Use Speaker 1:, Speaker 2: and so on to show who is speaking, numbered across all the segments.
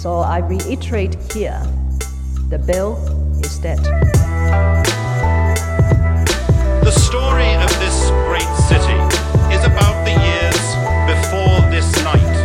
Speaker 1: So I reiterate here the bill is dead.
Speaker 2: The story of this great city is about the years before this night.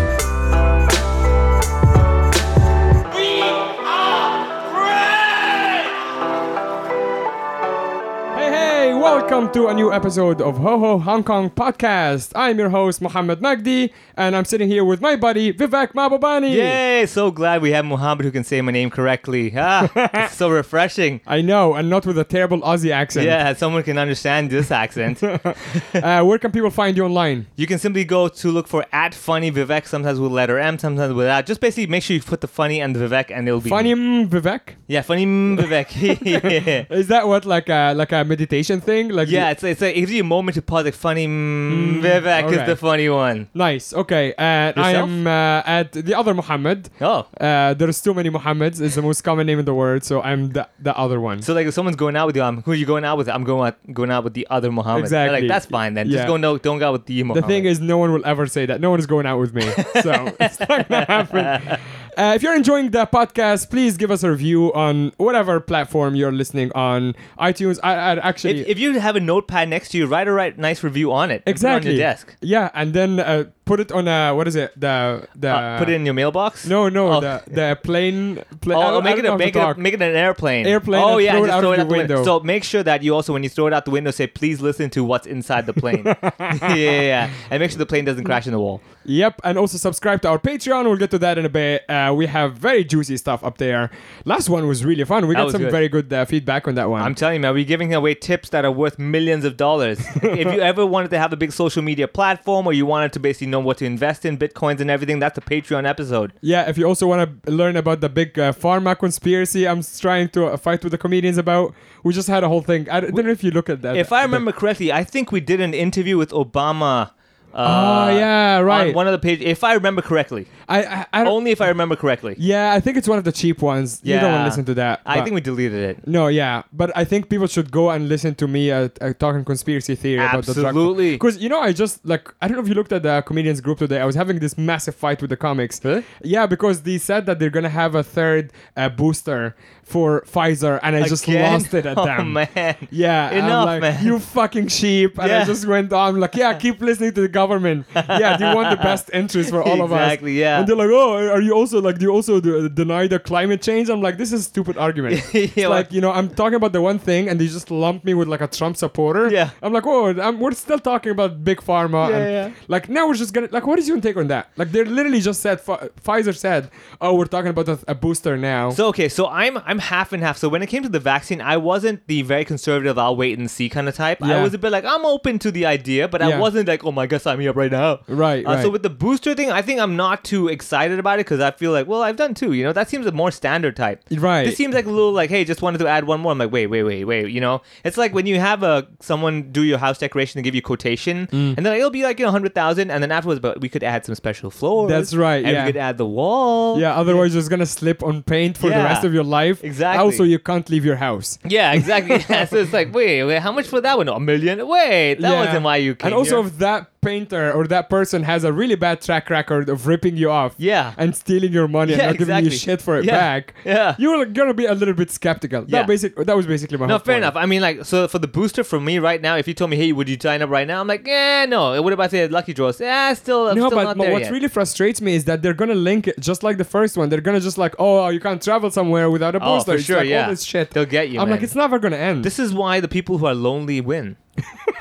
Speaker 3: Hey, hey, welcome to a new episode of Ho Ho Hong Kong podcast. I'm your host, Mohammed Magdi, and I'm sitting here with my buddy, Vivek Mabobani.
Speaker 4: Yay! So glad we have Mohammed who can say my name correctly. Ah, it's so refreshing.
Speaker 3: I know, and not with a terrible Aussie accent.
Speaker 4: Yeah, someone can understand this accent.
Speaker 3: Uh, where can people find you online?
Speaker 4: you can simply go to look for at funny Vivek, sometimes with letter M, sometimes without. Just basically make sure you put the funny and the Vivek, and it'll be me.
Speaker 3: Funny mm, Vivek?
Speaker 4: Yeah, funny mm, Vivek. yeah.
Speaker 3: Is that what, like a, like a meditation thing? Like
Speaker 4: Yeah, it's it's like, it gives you a moment to pause. Like funny mm, Vivek
Speaker 3: alright.
Speaker 4: is the funny one.
Speaker 3: Nice. Okay. And I
Speaker 4: Yourself?
Speaker 3: am uh, at the other Muhammad.
Speaker 4: Oh,
Speaker 3: Uh, there's too many Muhammads. It's the most common name in the world, so I'm the, the other one.
Speaker 4: so like if someone's going out with you, I'm, who are you going out with? I'm going out, going out with the other Mohammed.
Speaker 3: Exactly.
Speaker 4: Like that's fine then.
Speaker 3: Yeah.
Speaker 4: Just go no, don't go out with the
Speaker 3: The
Speaker 4: Mohammed.
Speaker 3: thing is, no one will ever say that. No one is going out with me. So it's not going to happen. Uh, if you're enjoying the podcast, please give us a review on whatever platform you're listening on iTunes. I, I actually.
Speaker 4: If, if you have a notepad next to you, write a write nice review on it. And put it
Speaker 3: exactly.
Speaker 4: on your desk.
Speaker 3: Yeah, and then uh, put it on a. What is it? The. the
Speaker 4: Uh, put it in your mailbox.
Speaker 3: No, no,
Speaker 4: Oh.
Speaker 3: the, the plane. plane
Speaker 4: Oh, make it a, make it a, make it an airplane.
Speaker 3: Airplane
Speaker 4: Oh
Speaker 3: and
Speaker 4: yeah,
Speaker 3: throw it
Speaker 4: just
Speaker 3: out
Speaker 4: throw
Speaker 3: of
Speaker 4: it
Speaker 3: your
Speaker 4: out the window.
Speaker 3: window.
Speaker 4: So make sure that you also, when you throw it out the window, say please listen to what's inside the plane. yeah, yeah, yeah, and make sure the plane doesn't crash in the wall.
Speaker 3: Yep, and also subscribe to our Patreon. We'll get to that in a bit. Uh, we have very juicy stuff up there. Last one was really fun. We
Speaker 4: That
Speaker 3: got
Speaker 4: was
Speaker 3: some
Speaker 4: good.
Speaker 3: very good uh, feedback on that one.
Speaker 4: I'm telling you, man, we're giving away tips that are worth millions of dollars. if you ever wanted to have a big social media platform, or you wanted to basically know what to invest in, bitcoins and everything, that's a Patreon episode.
Speaker 3: Yeah, if you also want to learn about the big uh, pharma conspiracy I'm s- trying to uh, fight with the comedians about, we just had a whole thing. I don't know if you look at that.
Speaker 4: If I remember correctly, I think we did an interview with Obama.
Speaker 3: Ah,
Speaker 4: uh,
Speaker 3: yeah, right.
Speaker 4: On one of the pages, if I remember correctly.
Speaker 3: I, I, I don't,
Speaker 4: Only if I remember correctly.
Speaker 3: yeah, I think it's one of the cheap ones. You don't want
Speaker 4: Yeah.
Speaker 3: to listen to that.
Speaker 4: I
Speaker 3: but-
Speaker 4: think we deleted it.
Speaker 3: No, yeah, but I think people should go and listen to me uh, uh, talking conspiracy theory about the drug.
Speaker 4: Absolutely.
Speaker 3: Because you know, I just like I don't know if you looked at the comedians group today. I was having this massive fight with the comics.
Speaker 4: Really?
Speaker 3: Yeah, because they said that they're gonna have a third uh, booster for Pfizer, and I just
Speaker 4: Again?
Speaker 3: lost it at
Speaker 4: oh,
Speaker 3: them.
Speaker 4: man.
Speaker 3: Yeah, and I'm
Speaker 4: Enough,
Speaker 3: like,
Speaker 4: man.
Speaker 3: You fucking sheep. And I
Speaker 4: Yeah.
Speaker 3: just went on like, yeah, keep listening to the government. Yeah, they want the best interest for all of us.
Speaker 4: Exactly, yeah.
Speaker 3: And they're like, oh, are you also like, do you also d- deny the climate change? I'm like, this is a stupid argument. It's
Speaker 4: Yeah,
Speaker 3: like,
Speaker 4: like-
Speaker 3: you know, I'm talking about the one thing and they just lump me with like a Trump supporter.
Speaker 4: Yeah.
Speaker 3: I'm like, oh, I'm, we're still talking about big pharma.
Speaker 4: Yeah,
Speaker 3: and,
Speaker 4: yeah.
Speaker 3: Like now we're just gonna like, what is your take on that? Like they literally just said, Pf- Pfizer said, oh, we're talking about a, a booster now.
Speaker 4: So okay, so I'm I'm half and half. So when it came to the vaccine, I wasn't the very conservative, I'll wait and see kind of type.
Speaker 3: Yeah.
Speaker 4: I was a bit like I'm open to the idea, but
Speaker 3: Yeah.
Speaker 4: I wasn't like, oh my god, sign me up right now.
Speaker 3: Right,
Speaker 4: Uh,
Speaker 3: right.
Speaker 4: So with the booster thing, I think I'm not too excited about it because I feel like, well, I've done two. You know, that seems a more standard type.
Speaker 3: Right.
Speaker 4: This seems like a little like, hey, just wanted to add one more. I'm like, wait, wait, wait, wait. You know, it's like when you have a someone do your house decoration and give you quotation,
Speaker 3: Mm.
Speaker 4: and then it'll be like you know hundred thousand, and then afterwards, but we could add some special floors.
Speaker 3: That's right,
Speaker 4: And
Speaker 3: yeah.
Speaker 4: we could add the wall.
Speaker 3: Yeah, otherwise you're just gonna slip on paint for the
Speaker 4: Yeah,
Speaker 3: rest of your life.
Speaker 4: exactly.
Speaker 3: Also, you can't leave your house.
Speaker 4: Yeah, exactly. Yeah, so it's like, wait, wait, how much for that one? A million? Wait, that
Speaker 3: Yeah.
Speaker 4: wasn't why you came
Speaker 3: And also,
Speaker 4: here.
Speaker 3: if that painter or that person has a really bad track record of ripping you off,
Speaker 4: Yeah.
Speaker 3: and stealing your money
Speaker 4: Yeah,
Speaker 3: and not giving you
Speaker 4: exactly.
Speaker 3: shit for it
Speaker 4: Yeah,
Speaker 3: back,
Speaker 4: yeah.
Speaker 3: you're gonna be a little bit skeptical.
Speaker 4: Yeah.
Speaker 3: That basic. That was basically my.
Speaker 4: No,
Speaker 3: whole
Speaker 4: fair
Speaker 3: point.
Speaker 4: enough. I mean, like, so for the booster for me right now, if you told me, hey, would you sign up right now? I'm like, eh, no. What about the lucky draws? Eh, still, I'm
Speaker 3: No,
Speaker 4: still
Speaker 3: but
Speaker 4: not
Speaker 3: but
Speaker 4: there
Speaker 3: what
Speaker 4: yet.
Speaker 3: really frustrates me is that they're gonna link it just like the first one. They're gonna just like, oh, you can't travel somewhere without a
Speaker 4: Oh,
Speaker 3: booster.
Speaker 4: for
Speaker 3: It's
Speaker 4: sure,
Speaker 3: like
Speaker 4: yeah.
Speaker 3: all this shit.
Speaker 4: They'll get you,
Speaker 3: I'm
Speaker 4: man.
Speaker 3: like, it's never gonna end.
Speaker 4: This is why the people who are lonely win.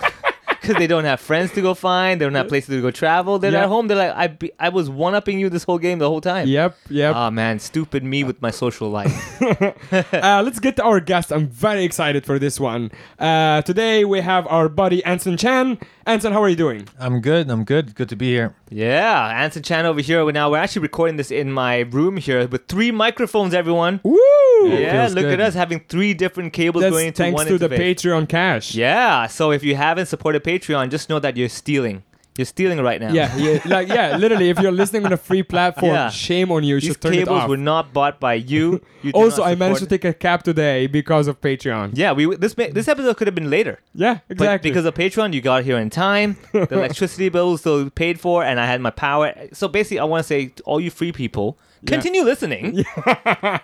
Speaker 4: Because they don't have friends to go find, they don't have places to go travel. They're
Speaker 3: Yeah.
Speaker 4: at home. They're like, I, be, I was one upping you this whole game the whole time.
Speaker 3: Yep, yep.
Speaker 4: Ah man, stupid me with my social life.
Speaker 3: Uh, let's get to our guest. I'm very excited for this one. Uh, today we have our buddy Anson Chan. Anson, how are you doing?
Speaker 5: I'm good. I'm good. Good to be here.
Speaker 4: yeah, Anson Chan over here. Now we're actually recording this in my room here with three microphones, everyone.
Speaker 3: Woo!
Speaker 4: Yeah,
Speaker 5: feels
Speaker 4: look at
Speaker 5: good.
Speaker 4: us having three different cables
Speaker 3: That's
Speaker 4: going into
Speaker 3: thanks
Speaker 4: one
Speaker 3: to the
Speaker 4: interface.
Speaker 3: Patreon cash.
Speaker 4: Yeah, so if you haven't supported Patreon, just know that you're stealing. You're stealing right now.
Speaker 3: Yeah, yeah, like yeah, literally. If you're listening on a free platform,
Speaker 4: Yeah.
Speaker 3: shame on you. You
Speaker 4: These
Speaker 3: should turn it
Speaker 4: cables
Speaker 3: off.
Speaker 4: were not bought by you. You do
Speaker 3: also,
Speaker 4: not
Speaker 3: I managed to
Speaker 4: support-
Speaker 3: take a cab today because of Patreon.
Speaker 4: Yeah, we this ma- this episode could have been later.
Speaker 3: Yeah,
Speaker 4: But
Speaker 3: exactly.
Speaker 4: because of Patreon, you got here in time. The electricity bill was still paid for, and I had my power. So basically, I want to say to all you free people, continue listening,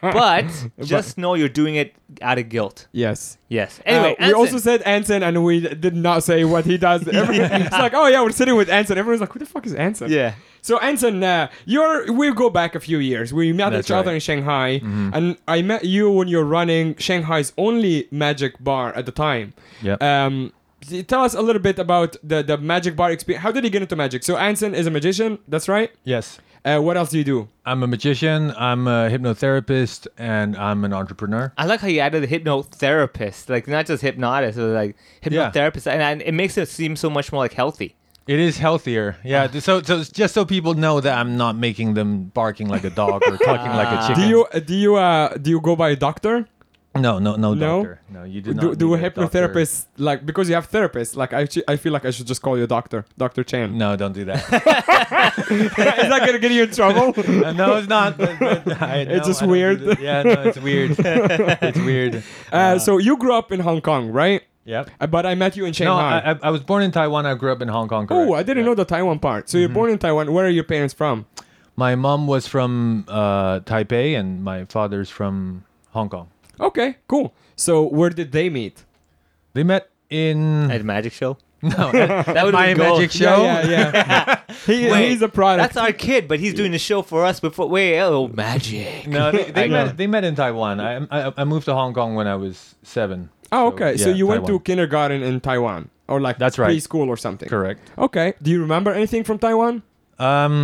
Speaker 4: but just know you're doing it out of guilt.
Speaker 3: yes.
Speaker 4: Yes. Anyway,
Speaker 3: Uh, we also
Speaker 4: Anson.
Speaker 3: said Anson, and we did not say what he does. Every- It's like, oh yeah, we're sitting with Anson. Everyone's like, who the fuck is Anson?
Speaker 4: Yeah.
Speaker 3: So Anson, uh, you're we go back a few years. We met
Speaker 4: That's
Speaker 3: each other
Speaker 4: right.
Speaker 3: in Shanghai,
Speaker 5: Mm-hmm.
Speaker 3: and I met you when you're running Shanghai's only magic bar at the time.
Speaker 5: Yep.
Speaker 3: Um, t- tell us a little bit about the the magic bar experience. How did you get into magic? So Anson is a magician. That's right.
Speaker 5: yes.
Speaker 3: Uh, what else do you do?
Speaker 5: I'm a magician, I'm a hypnotherapist, and I'm an entrepreneur.
Speaker 4: I like how you added a hypnotherapist, like not just hypnotist, it was like
Speaker 5: Yeah.
Speaker 4: hypnotherapist, and, and it makes it seem so much more like healthy.
Speaker 5: It is healthier. Yeah. th- so, so it's just so people know that I'm not making them barking like a dog or talking like a chicken.
Speaker 3: Do you uh, do you uh, do you go by a doctor?
Speaker 5: No, no, no,
Speaker 3: No?
Speaker 5: doctor. No, you do not.
Speaker 3: do, do
Speaker 5: need a doctor.
Speaker 3: hypnotherapists like because you have therapists like I, sh- I feel like I should just call you a doctor Dr. Chan
Speaker 5: No, don't do that.
Speaker 3: is that gonna get you in trouble
Speaker 5: Uh, no, it's not. but- but I- no,
Speaker 3: just
Speaker 5: I don't do
Speaker 3: weird.
Speaker 5: that. Yeah, no, it's weird. it's weird.
Speaker 3: uh, so you grew up in Hong Kong right
Speaker 5: Yep.
Speaker 3: Uh, but I met you in
Speaker 5: No,
Speaker 3: Shanghai
Speaker 5: I, I, I was born in Taiwan. I grew up in Hong Kong.
Speaker 3: oh
Speaker 5: correct.
Speaker 3: I didn't
Speaker 5: Yeah. Mm-hmm.
Speaker 3: know the Taiwan part so you're born in Taiwan where are your parents from
Speaker 5: My mom was from uh, Taipei, and my father's from Hong Kong.
Speaker 3: okay cool so where did they meet
Speaker 5: They met in
Speaker 4: At a magic show.
Speaker 5: no, at
Speaker 4: That would
Speaker 5: my
Speaker 4: be gold.
Speaker 5: magic show.
Speaker 3: yeah yeah, yeah. he,
Speaker 4: Wait,
Speaker 3: he's a product
Speaker 4: That's our kid, but he's doing the show for us before. Wait, oh, magic.
Speaker 5: No, they,
Speaker 4: I
Speaker 5: they
Speaker 4: know.
Speaker 5: met. They met in Taiwan. I, I I moved to Hong Kong when I was seven.
Speaker 3: oh okay so
Speaker 5: yeah,
Speaker 3: you went to
Speaker 5: Taiwan.
Speaker 3: kindergarten in Taiwan or like
Speaker 5: That's right.
Speaker 3: preschool or something
Speaker 5: Correct.
Speaker 3: okay do you remember anything from Taiwan
Speaker 5: Um,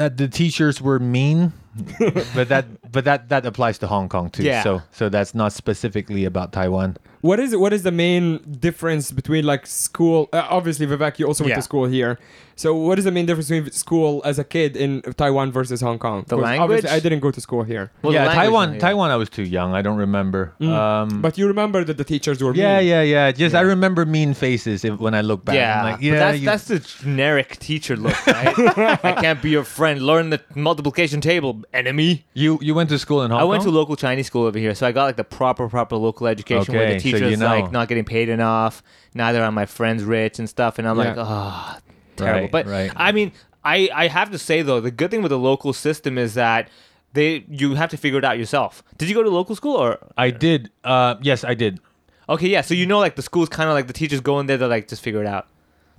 Speaker 5: that the teachers were mean, but that but that that applies to Hong Kong too.
Speaker 4: Yeah.
Speaker 5: So so that's not specifically about Taiwan.
Speaker 3: What is what is the main difference between like school? Uh, obviously, Vivek, you also went
Speaker 4: Yeah.
Speaker 3: to school here. So, what is the main difference between school as a kid in Taiwan versus Hong Kong?
Speaker 4: The
Speaker 3: 'Cause
Speaker 4: language?
Speaker 3: Obviously, I didn't go to school here,
Speaker 4: Well, the
Speaker 5: yeah,
Speaker 4: language
Speaker 5: Taiwan.
Speaker 4: thing, yeah.
Speaker 5: Taiwan. I was too young. I don't remember. Um,
Speaker 3: but you remember that the teachers were
Speaker 5: yeah,
Speaker 3: Mm. mean.
Speaker 5: yeah, yeah. Just I remember mean faces if, when I look back.
Speaker 4: Yeah,
Speaker 5: I'm like,
Speaker 4: but
Speaker 5: yeah.
Speaker 4: that's,
Speaker 5: you-
Speaker 4: that's the generic teacher look. Right? I can't be your friend. Learn the multiplication table, enemy.
Speaker 5: You you went to school in Hong
Speaker 4: I
Speaker 5: Kong.
Speaker 4: went to a local Chinese school over here, so I got like the proper, proper local education where
Speaker 5: Okay,
Speaker 4: the
Speaker 5: so you
Speaker 4: teacher's like
Speaker 5: know.
Speaker 4: not getting paid enough. Neither are my friends rich and stuff, and I'm like,
Speaker 3: Yeah.
Speaker 4: ah, terrible.
Speaker 5: Right,
Speaker 4: but
Speaker 5: right.
Speaker 4: I mean, I I have to say though, the good thing with the local system is that they you have to figure it out yourself. Did you go to local school or
Speaker 5: I did. Uh, yes, I did.
Speaker 4: okay? Yeah, so you know, like the school's kind of like the teachers go in there, they're like, just figure it out.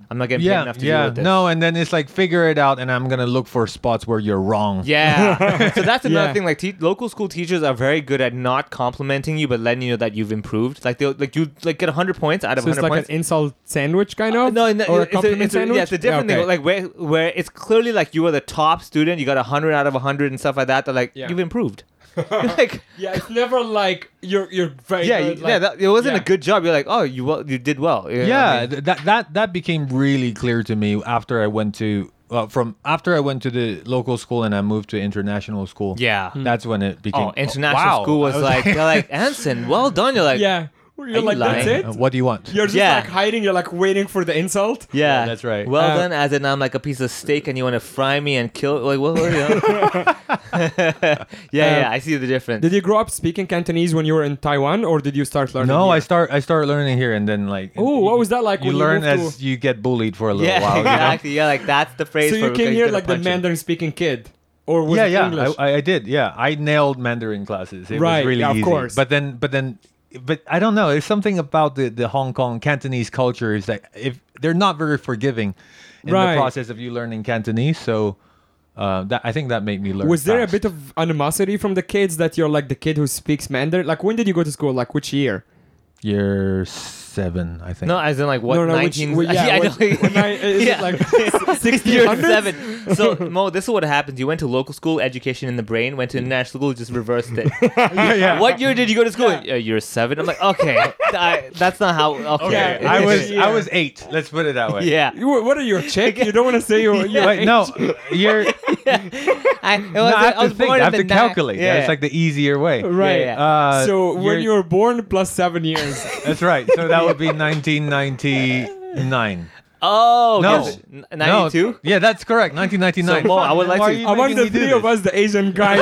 Speaker 4: I'm not getting paid
Speaker 5: Yeah,
Speaker 4: enough to deal
Speaker 5: yeah.
Speaker 4: with this.
Speaker 5: No, and then it's like figure it out, and I'm gonna look for spots where you're wrong.
Speaker 4: Yeah. so that's another
Speaker 3: Yeah.
Speaker 4: thing. Like te- local school teachers are very good at not complimenting you, but letting you know that you've improved. Like they will like you like get hundred points out of
Speaker 3: So it's
Speaker 4: hundred
Speaker 3: like
Speaker 4: points.
Speaker 3: an insult sandwich kind of.
Speaker 4: no, no,
Speaker 3: or a
Speaker 4: it's, a,
Speaker 3: compliment
Speaker 4: it's, a,
Speaker 3: sandwich.
Speaker 4: yeah, it's a different
Speaker 3: okay.
Speaker 4: thing. Like where where it's clearly like you are the top student, you got hundred out of hundred and stuff like that. They're like
Speaker 3: Yeah.
Speaker 4: you've improved. You're like
Speaker 3: yeah, it's never like you're you're very
Speaker 4: yeah,
Speaker 3: good,
Speaker 4: you-
Speaker 3: like-
Speaker 4: yeah, that, it wasn't
Speaker 3: yeah.
Speaker 4: a good job. You're like oh you well, you did well. You know what I
Speaker 5: yeah
Speaker 4: mean?
Speaker 5: th- that that that became really clear to me after I went to uh, from after I went to the local school and I moved to international school.
Speaker 4: Yeah.
Speaker 3: Hmm.
Speaker 5: that's when it became
Speaker 4: Oh, international
Speaker 5: wow.
Speaker 4: school was,
Speaker 5: I
Speaker 4: like, they're like Anson, well done. You're like
Speaker 3: yeah. You're
Speaker 4: you
Speaker 3: like that's
Speaker 4: lying?
Speaker 3: it.
Speaker 5: Uh, what do you want?
Speaker 3: You're just
Speaker 4: Yeah.
Speaker 3: like hiding. You're like waiting for the insult.
Speaker 4: Yeah,
Speaker 5: Yeah, that's right.
Speaker 4: Well
Speaker 3: Uh,
Speaker 4: done, as in I'm like a piece of steak, and you want to fry me and kill like what? what you know? yeah, yeah, I see the difference.
Speaker 3: Did you grow up speaking Cantonese when you were in Taiwan, or did you start learning?
Speaker 5: no, I
Speaker 3: here?
Speaker 5: start I start learning here and then like
Speaker 3: Ooh, what was that like
Speaker 5: You
Speaker 3: when you
Speaker 5: learn
Speaker 3: moved
Speaker 5: as you get bullied for a little
Speaker 4: yeah,
Speaker 5: while. you know?
Speaker 4: exactly. Yeah, like that's the phrase.
Speaker 3: So you
Speaker 4: for
Speaker 3: came
Speaker 4: he's
Speaker 3: here
Speaker 4: gonna
Speaker 3: like the
Speaker 4: punch you.
Speaker 3: Mandarin speaking kid, or was
Speaker 5: yeah,
Speaker 3: it
Speaker 5: yeah,
Speaker 3: English?
Speaker 5: I, I did. Yeah, I nailed Mandarin classes. It
Speaker 3: Right,
Speaker 5: was really
Speaker 3: yeah, of
Speaker 5: easy.
Speaker 3: course.
Speaker 5: But then, but then, but I don't know. There's something about the the Hong Kong Cantonese culture is that if they're not very forgiving in
Speaker 3: Right.
Speaker 5: the process of you learning Cantonese, so uh, that I think that made me learn.
Speaker 3: Was there a
Speaker 5: fast.
Speaker 3: bit of animosity from the kids that you're like the kid who speaks Mandarin? Like when did you go to school? Like which year?
Speaker 5: year seven? I think.
Speaker 4: No, as in like what?
Speaker 3: no, no, which-
Speaker 4: 19.
Speaker 3: well, yeah,
Speaker 4: I
Speaker 3: what-
Speaker 4: know.
Speaker 3: what nine- is it
Speaker 4: Yeah.
Speaker 3: like
Speaker 4: You're
Speaker 3: 1600s?
Speaker 4: seven. So Mo, this is what happens. You went to local school, education in the brain. Went to international school, just reversed it. What year did you go to school? Uh, you're seven. I'm like, okay, I, that's not how. Okay,
Speaker 3: Yeah,
Speaker 5: I
Speaker 3: it
Speaker 5: was
Speaker 3: is.
Speaker 5: I was eight. Let's put it that way.
Speaker 4: Yeah,
Speaker 3: You were- what are you a chick? You don't want to say you're. you're
Speaker 5: Wait, no, you're.
Speaker 4: I, it was,
Speaker 5: no, I have
Speaker 4: was
Speaker 5: to think.
Speaker 4: born in
Speaker 5: I have
Speaker 4: the
Speaker 5: to
Speaker 4: nine-
Speaker 5: calculate. Yeah,
Speaker 4: yeah.
Speaker 5: it's like the easier way.
Speaker 3: Right.
Speaker 4: Yeah, yeah.
Speaker 5: Uh,
Speaker 3: so when
Speaker 5: you're-
Speaker 3: you were born plus seven years.
Speaker 5: That's right. So that would be 1999.
Speaker 4: Oh,
Speaker 5: No.
Speaker 4: yes. N-
Speaker 5: No,
Speaker 4: 92?
Speaker 5: yeah, that's correct. 1999.
Speaker 4: So, Mo, I would like
Speaker 5: Why
Speaker 4: to-
Speaker 5: are you
Speaker 3: I want the
Speaker 5: making me do
Speaker 3: three of
Speaker 5: this?
Speaker 3: us, the Asian guys,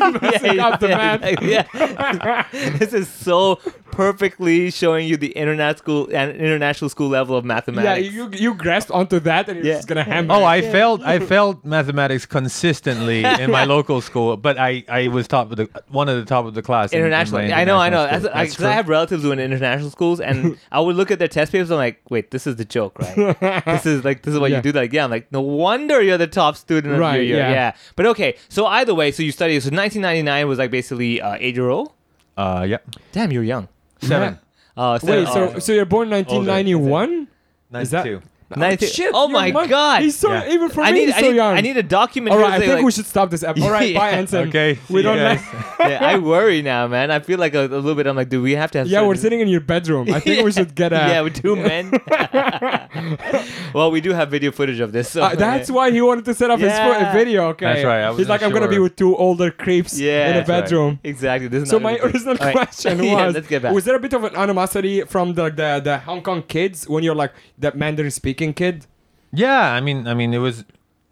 Speaker 3: messing up the math.
Speaker 4: yeah, yeah. this is so perfectly showing you the internet school and international school level of
Speaker 3: Yeah,
Speaker 4: mathematics.
Speaker 3: you you grasped onto that and you're
Speaker 4: Yeah.
Speaker 3: just gonna hammer.
Speaker 5: Oh,
Speaker 3: it.
Speaker 5: I failed. I failed mathematics consistently in my local school, but I, I was top of the one of the top of the class. in- in my
Speaker 4: International. I know, I know.
Speaker 5: international
Speaker 4: That's,
Speaker 5: school.
Speaker 4: I,
Speaker 5: That's
Speaker 4: 'cause I
Speaker 5: true.
Speaker 4: have relatives who are in international schools, and I would look at their test papers. I'm like, wait, this is the joke, right? this is like, this is what
Speaker 3: Yeah.
Speaker 4: you do. Like, yeah, I'm like, no wonder you're the top student of
Speaker 3: Right,
Speaker 4: your year.
Speaker 3: yeah.
Speaker 4: Yeah. But okay, so either way, so you studied. So 1999 was like basically uh, eight year old.
Speaker 5: Uh, yeah,
Speaker 4: Damn, you're young.
Speaker 5: seven.
Speaker 4: Uh,
Speaker 3: Wait,
Speaker 4: seven-
Speaker 3: so so you're born 1991?
Speaker 5: Ninety-two.
Speaker 3: Is that-
Speaker 4: oh, 92
Speaker 3: Shit,
Speaker 4: oh
Speaker 3: your
Speaker 4: my
Speaker 3: mom-
Speaker 4: god.
Speaker 3: He's so
Speaker 5: Yeah.
Speaker 3: even for
Speaker 4: I
Speaker 3: me,
Speaker 4: need,
Speaker 3: he's
Speaker 4: I,
Speaker 3: so
Speaker 4: need
Speaker 3: young.
Speaker 4: I need a document.
Speaker 3: All
Speaker 4: here
Speaker 3: right, I
Speaker 4: to say,
Speaker 3: think
Speaker 4: like,
Speaker 3: we should stop this episode. All right,
Speaker 4: Yeah.
Speaker 3: bye, Anson.
Speaker 5: Okay, see
Speaker 3: we
Speaker 5: you
Speaker 3: don't.
Speaker 5: guys.
Speaker 3: like-
Speaker 4: yeah, I worry now, man. I feel like a, a little bit. I'm like, do we have to have?
Speaker 3: yeah, we're
Speaker 4: certain-
Speaker 3: sitting in your bedroom. I think we should get a.
Speaker 4: yeah, with two men. well, we do have video footage of this. So
Speaker 3: Uh, that's why he wanted to set up his
Speaker 4: Yeah.
Speaker 3: fo- video. Okay,
Speaker 5: That's right, I
Speaker 3: He's
Speaker 5: wasn't
Speaker 3: like, I'm gonna be
Speaker 5: sure.
Speaker 3: with two older creeps
Speaker 4: Yeah,
Speaker 3: in a
Speaker 4: that's right.
Speaker 3: bedroom.
Speaker 4: exactly. This is
Speaker 3: So
Speaker 4: not
Speaker 3: my
Speaker 4: really good.
Speaker 3: original
Speaker 4: All right.
Speaker 3: question was:
Speaker 4: yeah, let's get back.
Speaker 3: Was there a bit of an animosity from the, the the Hong Kong kids when you're like that Mandarin speaking kid?
Speaker 5: Yeah, I mean, I mean, it was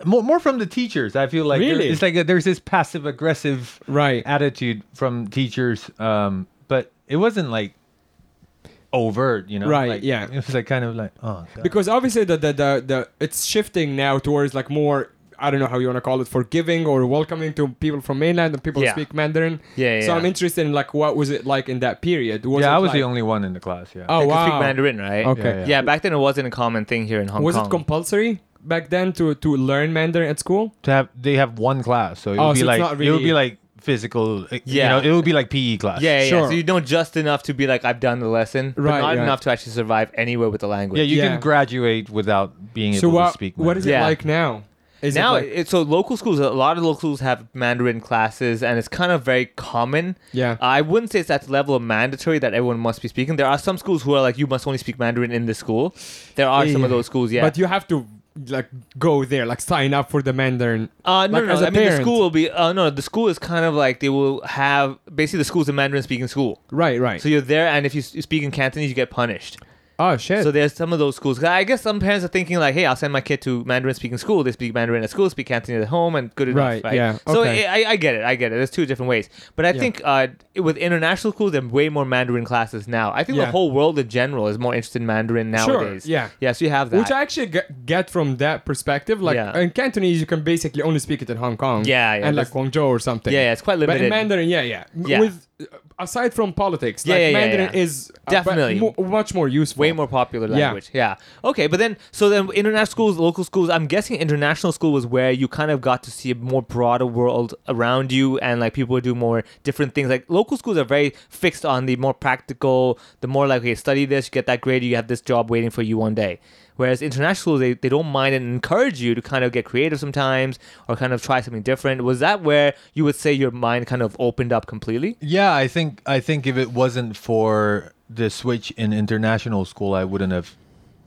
Speaker 5: more, more from the teachers. I feel like there-
Speaker 3: Really?
Speaker 5: it's like a, there's this passive aggressive
Speaker 3: Right.
Speaker 5: attitude from teachers, um, but it wasn't like overt, you know.
Speaker 3: Right,
Speaker 5: Like,
Speaker 3: yeah.
Speaker 5: It was like kind of like oh God.
Speaker 3: Because obviously the, the the the it's shifting now towards like more I don't know how you want to call it forgiving or welcoming to people from mainland and people who
Speaker 4: Yeah.
Speaker 3: speak Mandarin.
Speaker 4: Yeah,
Speaker 3: So
Speaker 4: yeah.
Speaker 3: I'm interested in like what was it like in that period? Was
Speaker 5: yeah, I
Speaker 3: it,
Speaker 5: was
Speaker 3: like-
Speaker 5: the only one in the class. Yeah.
Speaker 3: Oh
Speaker 4: They could
Speaker 3: wow.
Speaker 4: speak Mandarin, right?
Speaker 3: Okay.
Speaker 5: Yeah, yeah.
Speaker 4: Yeah, back then it wasn't a common thing here in Hong
Speaker 3: Was
Speaker 4: Kong.
Speaker 3: it compulsory back then to to learn Mandarin at school?
Speaker 5: to have they have one class, so it
Speaker 3: Oh,
Speaker 5: would be
Speaker 3: so it's
Speaker 5: like
Speaker 3: not
Speaker 5: it would
Speaker 3: really-
Speaker 5: be like physical. uh,
Speaker 4: Yeah.
Speaker 5: You know, it would be like PE class.
Speaker 4: yeah, yeah, yeah.
Speaker 3: Sure.
Speaker 4: So you know just enough to be like, I've done the lesson, but
Speaker 3: Right,
Speaker 4: not
Speaker 3: yeah.
Speaker 4: enough to actually survive anywhere with the language.
Speaker 5: Yeah, you
Speaker 3: Yeah.
Speaker 5: can graduate without being
Speaker 3: So
Speaker 5: able
Speaker 3: what
Speaker 5: to speak.
Speaker 3: what is it
Speaker 4: Yeah.
Speaker 3: like now? Is
Speaker 4: now,
Speaker 3: it like,
Speaker 4: it, so local schools, a lot of local schools have Mandarin classes, and it's kind of very common.
Speaker 3: Yeah.
Speaker 4: I wouldn't say it's at the level of mandatory that everyone must be speaking. There are some schools who are like, you must only speak Mandarin in the school. There are some of
Speaker 3: Yeah.
Speaker 4: those schools, yeah.
Speaker 3: But you have to like go there, like sign up for the Mandarin.
Speaker 4: Uh, no,
Speaker 3: Like,
Speaker 4: no,
Speaker 3: as
Speaker 4: no.
Speaker 3: a
Speaker 4: I mean, the
Speaker 3: parent.
Speaker 4: school will be. Uh, no, the school is kind of like they will have basically the school's a Mandarin speaking school.
Speaker 3: Right, right.
Speaker 4: So you're there, and if you s- you speak in Cantonese, you get punished.
Speaker 3: oh shit.
Speaker 4: So there's some of those schools. 'Cause I guess some parents are thinking like, "Hey, I'll send my kid to Mandarin speaking school. They speak Mandarin at school, speak Cantonese at home, and good enough."
Speaker 3: Right,
Speaker 4: Right.
Speaker 3: yeah,
Speaker 4: So
Speaker 3: okay.
Speaker 4: I, I- I get it. I get it. There's two different ways, but I
Speaker 3: Yeah.
Speaker 4: think uh, it- with international schools, there are way more Mandarin classes now. I think
Speaker 3: Yeah.
Speaker 4: the whole world in general is more interested in Mandarin
Speaker 3: Sure,
Speaker 4: nowadays.
Speaker 3: yeah.
Speaker 4: Yes, you have that.
Speaker 3: Which I actually get, get from that perspective. Like
Speaker 4: Yeah.
Speaker 3: in Cantonese, you can basically only speak it in Hong Kong.
Speaker 4: Yeah, yeah,
Speaker 3: And like
Speaker 4: that's-
Speaker 3: Guangzhou or something.
Speaker 4: Yeah, yeah, it's quite
Speaker 3: But in
Speaker 4: limited.
Speaker 3: Mandarin, yeah, yeah. M-
Speaker 4: Yeah.
Speaker 3: With uh, aside from politics,
Speaker 4: Yeah,
Speaker 3: like
Speaker 4: yeah, yeah,
Speaker 3: Mandarin
Speaker 4: yeah.
Speaker 3: is a- but
Speaker 4: Definitely.
Speaker 3: mo- much more useful.
Speaker 4: way more popular
Speaker 3: Yeah.
Speaker 4: language. Yeah. Okay, but then so then international schools, local schools. I'm guessing international school was where you kind of got to see a more broader world around you, and like people do more different things. Like local schools are very fixed on the more practical, the more like okay, study this, you get that grade, you have this job waiting for you one day. Whereas international schools, they, they don't mind and encourage you to kind of get creative sometimes or kind of try something different. Was that where you would say your mind kind of opened up completely?
Speaker 5: Yeah, I think I think if it wasn't for the switch in international school, I wouldn't have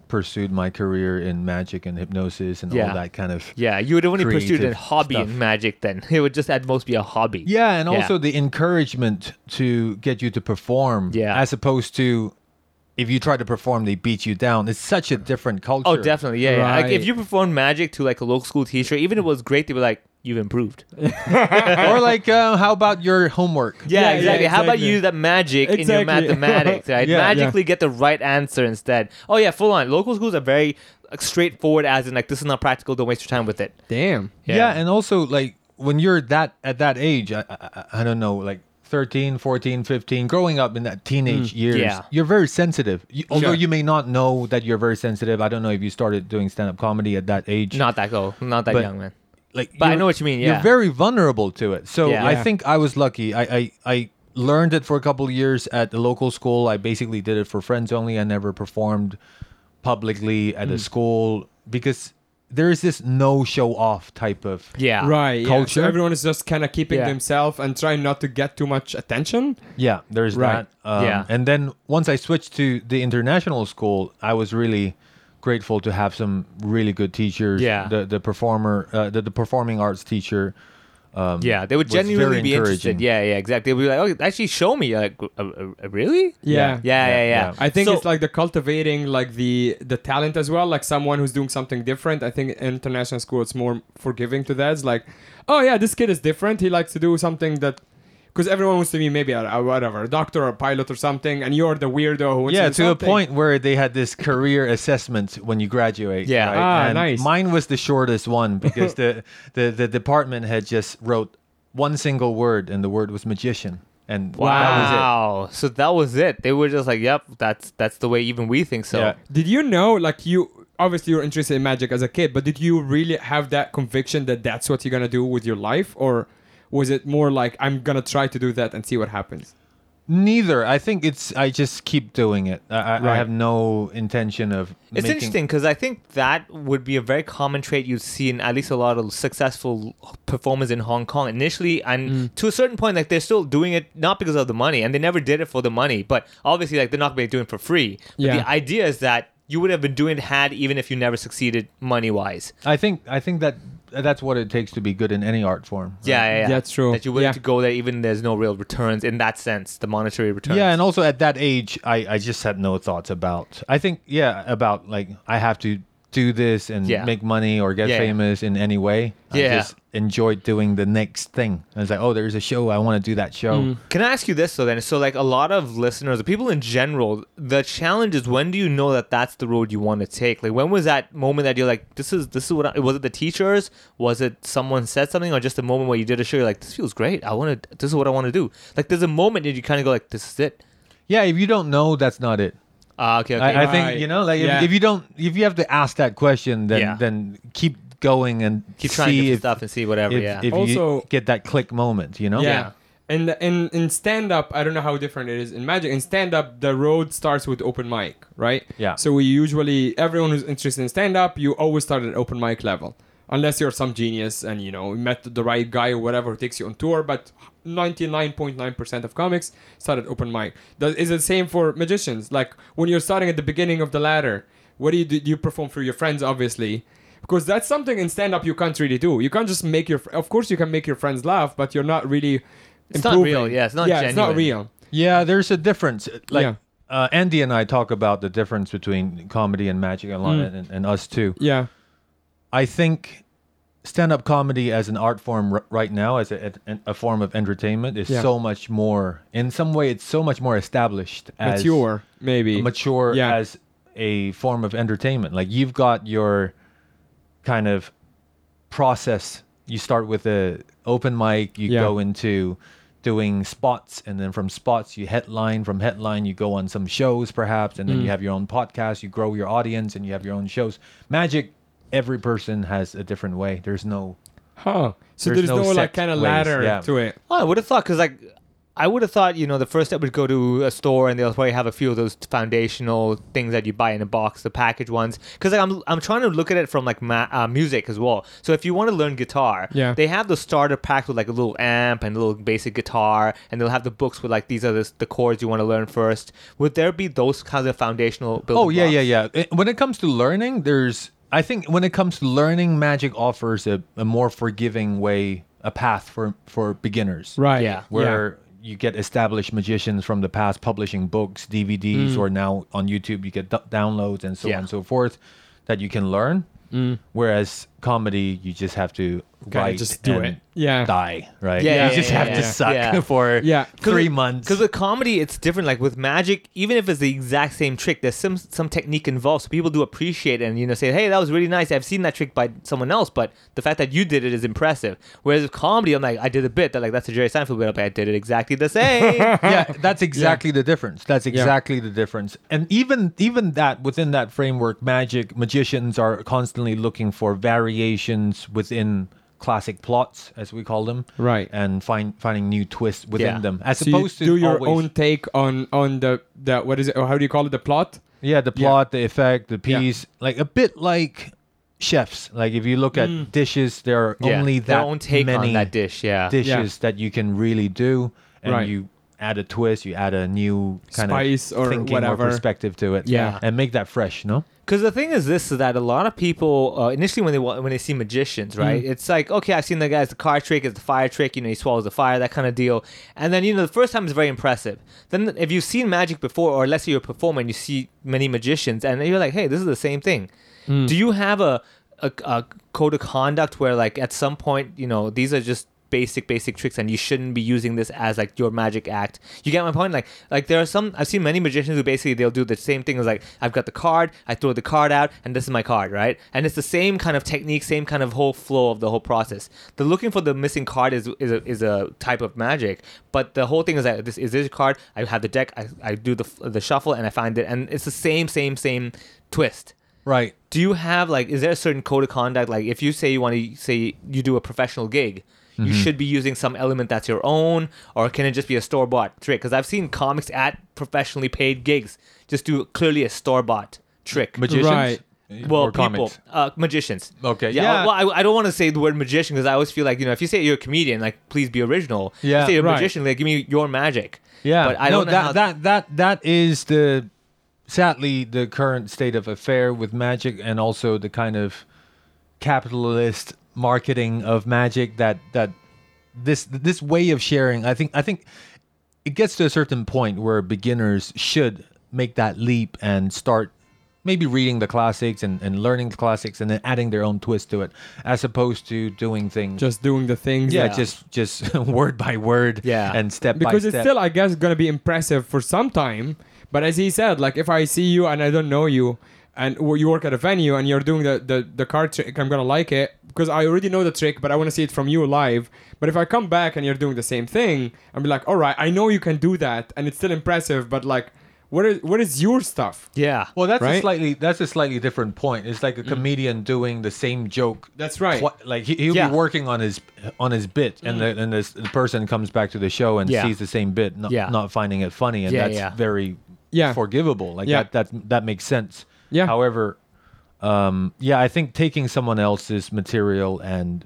Speaker 5: pursued my career in magic and hypnosis and
Speaker 4: Yeah.
Speaker 5: all that kind of.
Speaker 4: Yeah, you would only pursue it in
Speaker 5: Creative
Speaker 4: hobby
Speaker 5: stuff.
Speaker 4: and magic then. It would just at most be a hobby.
Speaker 5: Yeah, and
Speaker 4: Yeah.
Speaker 5: also the encouragement to get you to perform.
Speaker 4: Yeah.
Speaker 5: As opposed to if you try to perform, they beat you down. It's such a different culture.
Speaker 4: Oh, definitely. Yeah, yeah. Like,
Speaker 3: Right.
Speaker 4: if you perform magic to like a local school teacher, even if it was great, they were like, "You've improved." Yeah,
Speaker 5: or like, uh, how about your homework?
Speaker 3: yeah,
Speaker 4: exactly. How about
Speaker 3: exactly.
Speaker 4: you use that magic in your
Speaker 3: Exactly.
Speaker 4: mathematics? Right?
Speaker 5: Yeah, yeah.
Speaker 4: Magically get the right answer instead. Oh yeah, full on. Local schools are very like, straightforward, as in like, "This is not practical. Don't waste your time with it."
Speaker 3: Damn.
Speaker 5: yeah.
Speaker 4: Yeah.
Speaker 5: and also like when you're that at that age I, I i don't know like 13 14 15 growing up in that teenage years
Speaker 4: Mm, Yeah.
Speaker 5: you're very sensitive you, although
Speaker 3: Sure.
Speaker 5: you may not know that you're very sensitive i don't know if you started doing stand-up comedy at that age
Speaker 4: Not that go. Not that
Speaker 5: But-
Speaker 4: young man.
Speaker 5: like
Speaker 4: But I
Speaker 5: you're-
Speaker 4: know what you mean,
Speaker 5: you're
Speaker 4: yeah.
Speaker 5: very vulnerable to it so
Speaker 4: Yeah.
Speaker 5: i
Speaker 4: Yeah.
Speaker 5: think i was lucky I, I i learned it for a couple of years at the local school i basically did it for friends only i never performed publicly
Speaker 4: Mm.
Speaker 5: at a school because there is this no show off type of
Speaker 4: Yeah.
Speaker 3: Right. yeah. So
Speaker 5: Culture?
Speaker 3: everyone is just kind of keeping
Speaker 4: Yeah.
Speaker 3: themselves and trying not to get too much attention.
Speaker 5: Yeah, there's
Speaker 3: Right.
Speaker 5: that. Um,
Speaker 4: Yeah.
Speaker 5: And then once I switched to the international school, I was really grateful to have some really good teachers.
Speaker 4: Yeah.
Speaker 5: The the performer, uh, the, the performing arts teacher, Um,
Speaker 4: Yeah, they would
Speaker 5: was
Speaker 4: genuinely
Speaker 5: very
Speaker 4: be interested.
Speaker 5: encouraging.
Speaker 4: Yeah, yeah, exactly. They would be like, oh, actually show me. Like, uh, uh, uh, really?
Speaker 3: Yeah.
Speaker 4: Yeah,
Speaker 5: Yeah,
Speaker 4: yeah, yeah.
Speaker 5: yeah.
Speaker 3: I think
Speaker 4: So-
Speaker 3: it's like the cultivating like the the talent as well, like someone who's doing something different. I think in international school it's more forgiving to that. It's like, oh yeah, this kid is different. He likes to do something that because everyone wants to be maybe a, a whatever a doctor or a pilot or something, and you're the weirdo who wants
Speaker 5: Yeah,
Speaker 3: to,
Speaker 5: to
Speaker 3: do
Speaker 5: a
Speaker 3: something.
Speaker 5: point where they had this career assessment when you graduate.
Speaker 4: Yeah.
Speaker 5: right?
Speaker 3: Ah,
Speaker 5: And
Speaker 3: nice.
Speaker 5: Mine was the shortest one because the, the the department had just wrote one single word, and the word was magician. And that was
Speaker 4: Wow. So that was it. They were just like, yep, that's that's the way even we think so.
Speaker 5: Yeah.
Speaker 3: Did you know like you obviously you're interested in magic as a kid, but did you really have that conviction that that's what you're gonna do with your life, or was it more like I'm gonna try to do that and see what happens?
Speaker 5: it. Neither. I think it's. I just keep doing it. I, I, I
Speaker 3: Right.
Speaker 5: have no intention of.
Speaker 4: It's
Speaker 5: making-
Speaker 4: interesting because I think that would be a very common trait you'd see in at least a lot of successful performers in Hong Kong. Initially, and to a certain point, like they're still doing it not because of the money, and they never did it for the money. But obviously, like they're not going to be doing it for free. But
Speaker 3: Yeah.
Speaker 4: the idea is that you would have been doing it had even if you never succeeded money wise.
Speaker 5: I think. I think that that's what it takes to be good in any art form.
Speaker 4: Yeah, yeah, yeah,
Speaker 3: That's true.
Speaker 4: That you're willing
Speaker 3: Yeah.
Speaker 4: to go there even there's no real returns in that sense, the monetary returns.
Speaker 5: Yeah, and also at that age, I, I just had no thoughts about. I think yeah, about like I have to do this and
Speaker 4: Yeah.
Speaker 5: make money or get
Speaker 4: Yeah.
Speaker 5: famous in any way. I
Speaker 4: Yeah.
Speaker 5: just enjoyed doing the next thing. I was like, oh, there's a show. I want to do that show.
Speaker 4: Can I ask you this though? Then, so like a lot of listeners, people in general, the challenge is when do you know that that's the road you want to take? Like when was that moment that you're like, this is this is what? I, was it the teachers? Was it someone said something, or just a moment where you did a show? You're like, this feels great. I want to. This is what I want to do. Like there's a moment that you kind of go like, this is it.
Speaker 5: Yeah, if you don't know, that's not it.
Speaker 4: Ah, okay, okay.
Speaker 5: I, I
Speaker 3: Right.
Speaker 5: think you know, like
Speaker 3: Yeah.
Speaker 5: if, if you don't, if you have to ask that question, then
Speaker 4: Yeah.
Speaker 5: then keep going and
Speaker 4: Keep trying
Speaker 5: see
Speaker 4: different
Speaker 5: if,
Speaker 4: stuff and see whatever.
Speaker 5: if,
Speaker 4: yeah.
Speaker 5: if you
Speaker 3: Also-
Speaker 5: get that click moment. You know,
Speaker 3: Yeah. And in in stand up, I don't know how different it is in magic. In stand up, the road starts with open mic, right?
Speaker 5: Yeah.
Speaker 3: So we usually everyone who's interested in stand up, you always start at open mic level, unless you're some genius and you know you met the right guy or whatever who takes you on tour. But ninety nine point nine percent of comics start at open mic. That is the same for magicians. Like when you're starting at the beginning of the ladder, what do you do? You perform for your friends, obviously because that's something in stand up you can't really do. You can't just make your. Of course, you can make your friends laugh, but you're not really.
Speaker 4: It's not
Speaker 3: improving.
Speaker 4: real, yeah, it's not
Speaker 3: Yeah, it's not
Speaker 4: genuine.
Speaker 3: real.
Speaker 5: Yeah, there's a difference. Like
Speaker 3: Yeah.
Speaker 5: uh, Andy and I talk about the difference between comedy and magic a lot,
Speaker 3: Mm.
Speaker 5: and, and us too.
Speaker 3: Yeah,
Speaker 5: I think stand-up comedy as an art form r- right now, as a, a, a form of entertainment, is
Speaker 3: Yeah.
Speaker 5: so much more. In some way, it's so much more established as
Speaker 3: mature maybe.
Speaker 5: mature
Speaker 3: Yeah.
Speaker 5: as a form of entertainment. Like you've got your kind of process. You start with a open mic, you
Speaker 3: Yeah.
Speaker 5: go into doing spots and then from spots you headline from headline you go on some shows perhaps and then
Speaker 3: Mm.
Speaker 5: you have your own podcast you grow your audience and you have your own shows magic every person has a different way there's no
Speaker 3: Huh. So
Speaker 5: There's
Speaker 3: there's,
Speaker 5: no
Speaker 3: no, like
Speaker 5: set
Speaker 3: kind of
Speaker 5: ways,
Speaker 3: ladder
Speaker 5: yeah.
Speaker 3: to it.
Speaker 4: Oh, I would have thought because like I would have thought you know the first step would go to a store and they'll probably have a few of those foundational things that you buy in a box, the package ones. Because like, I'm I'm trying to look at it from like ma- uh, music as well. So if you want to learn guitar,
Speaker 3: Yeah.
Speaker 4: they have the starter pack with like a little amp and a little basic guitar, and they'll have the books with like these are the, the chords you want to learn first. Would there be those kinds of foundational? building
Speaker 5: oh yeah
Speaker 4: blocks?
Speaker 5: yeah yeah Eh, when it comes to learning there's i think when it comes to learning magic offers a, a more forgiving way a path for for beginners
Speaker 3: Right.
Speaker 4: Yeah.
Speaker 5: where you get established magicians from the past publishing books, DVDs, or now on YouTube you get d- downloads and so
Speaker 4: Mm.
Speaker 5: on
Speaker 4: Yeah. Mm.
Speaker 5: and so forth that you can learn. Whereas comedy, you just have to write
Speaker 3: just do
Speaker 5: and
Speaker 3: it. Yeah.
Speaker 5: die, right?
Speaker 4: Yeah,
Speaker 5: you
Speaker 4: yeah,
Speaker 5: just
Speaker 4: yeah,
Speaker 5: have to
Speaker 4: yeah.
Speaker 5: suck
Speaker 4: Yeah.
Speaker 5: for
Speaker 3: Yeah.
Speaker 4: 'Cause
Speaker 5: three
Speaker 4: with-
Speaker 5: months.
Speaker 4: Because with comedy, it's different. Like with magic, even if it's the exact same trick, there's some some technique involved. So people do appreciate it and you know say, "Hey, that was really nice. I've seen that trick by someone else, but the fact that you did it is impressive." Whereas with comedy, I'm like, "I did a bit." They're like, "That's a Jerry Seinfeld bit." I'm like, I did it exactly the same.
Speaker 5: yeah, that's exactly the difference. That's exactly the difference. And even even that within that framework, magic magicians are constantly looking for variations within classic plots, as we call them,
Speaker 3: Right.
Speaker 5: And find finding new twists within
Speaker 4: Yeah.
Speaker 5: them, as
Speaker 3: So you
Speaker 5: opposed to
Speaker 3: do your
Speaker 5: always-
Speaker 3: own take on on the the what is it? Or how do you call it? The plot.
Speaker 5: yeah, the
Speaker 3: Yeah.
Speaker 5: plot, the effect, the
Speaker 3: Yeah.
Speaker 5: piece, like a bit like chefs. Like if you look at dishes, there are
Speaker 4: Yeah,
Speaker 5: only
Speaker 4: their
Speaker 5: that
Speaker 4: own take
Speaker 5: many
Speaker 4: on that dish. Yeah,
Speaker 5: dishes that you can really do and
Speaker 3: Right.
Speaker 5: you add a twist, you add a new kind
Speaker 3: Spice
Speaker 5: of
Speaker 3: or
Speaker 5: thinking
Speaker 3: whatever.
Speaker 5: or perspective to it.
Speaker 3: Yeah.
Speaker 5: and make that fresh. No,
Speaker 4: Because the thing is, this is that a lot of people uh, initially when they wa- when they see magicians, right? It's like okay, I've seen the guy as the card trick, as the fire trick. You know, he swallows the fire, that kind of deal. And then you know, the first time is very impressive. Then if you've seen magic before, or let's say you're a performer and you see many magicians, and then you're like, hey, this is the same thing. Do you have a, a a code of conduct where like at some point, you know, these are just basic basic tricks and you shouldn't be using this as like your magic act you get my point like like there are some i've seen many magicians who basically they'll do the same thing as like i've got the card i throw the card out and this is my card right and it's the same kind of technique same kind of whole flow of the whole process the looking for the missing card is is a, is a type of magic but the whole thing is that this is this card i have the deck i, I do the the shuffle and i find it and it's the same same same twist
Speaker 5: right?
Speaker 4: do you have like is there a certain code of conduct like if you say you want to say you do a professional gig
Speaker 5: Mm-hmm.
Speaker 4: you should be using some element that's your own or can it just be a store bought trick because i've seen comics at professionally paid gigs just do clearly a store bought trick
Speaker 5: Magicians,
Speaker 3: Right.
Speaker 4: well,
Speaker 5: or
Speaker 4: people,
Speaker 5: comics.
Speaker 4: uh, magicians.
Speaker 5: Okay,
Speaker 4: Yeah.
Speaker 5: yeah.
Speaker 4: Well, I, I don't want to say the word magician because I always feel like you know if you say you're a comedian, like please be original. If
Speaker 5: Yeah,
Speaker 4: You say you're a
Speaker 3: right.
Speaker 4: magician, like give me your magic.
Speaker 5: Yeah,
Speaker 4: But I don't
Speaker 5: no,
Speaker 4: know
Speaker 5: that
Speaker 4: how-
Speaker 5: that that that is the sadly the current state of affair with magic and also the kind of capitalist marketing of magic that that this this way of sharing I think I think it gets to a certain point where beginners should make that leap and start maybe reading the classics and, and learning the classics and then adding their own twist to it as opposed to doing things
Speaker 3: Just doing the things.
Speaker 5: yeah,
Speaker 3: that-
Speaker 5: just just word by word
Speaker 4: Yeah.
Speaker 5: and step by
Speaker 3: because
Speaker 5: step
Speaker 3: it's still i guess gonna be impressive for some time but as he said like if i see you and i don't know you and w- you work at a venue and you're doing the the, the card trick i'm gonna like it because i already know the trick but i want to see it from you live but if i come back and you're doing the same thing i'm be like all right i know you can do that and it's still impressive but like what is what is your stuff
Speaker 4: Yeah.
Speaker 5: Well, that's a
Speaker 3: Right?
Speaker 5: slightly that's a slightly different point. It's
Speaker 4: Mm.
Speaker 5: like a comedian doing the same joke.
Speaker 3: That's right.
Speaker 5: twi- like he, he'll
Speaker 4: Yeah. Mm.
Speaker 5: be working on his on his bit, and the, and this, the person comes back to the show and
Speaker 4: Yeah.
Speaker 5: sees the same bit, not,
Speaker 4: Yeah.
Speaker 5: not finding it funny, and
Speaker 4: Yeah,
Speaker 5: that's
Speaker 4: yeah.
Speaker 5: very
Speaker 3: Yeah.
Speaker 5: forgivable. Like
Speaker 3: Yeah.
Speaker 5: that that that makes sense.
Speaker 3: Yeah.
Speaker 5: However, um, yeah, I think taking someone else's material and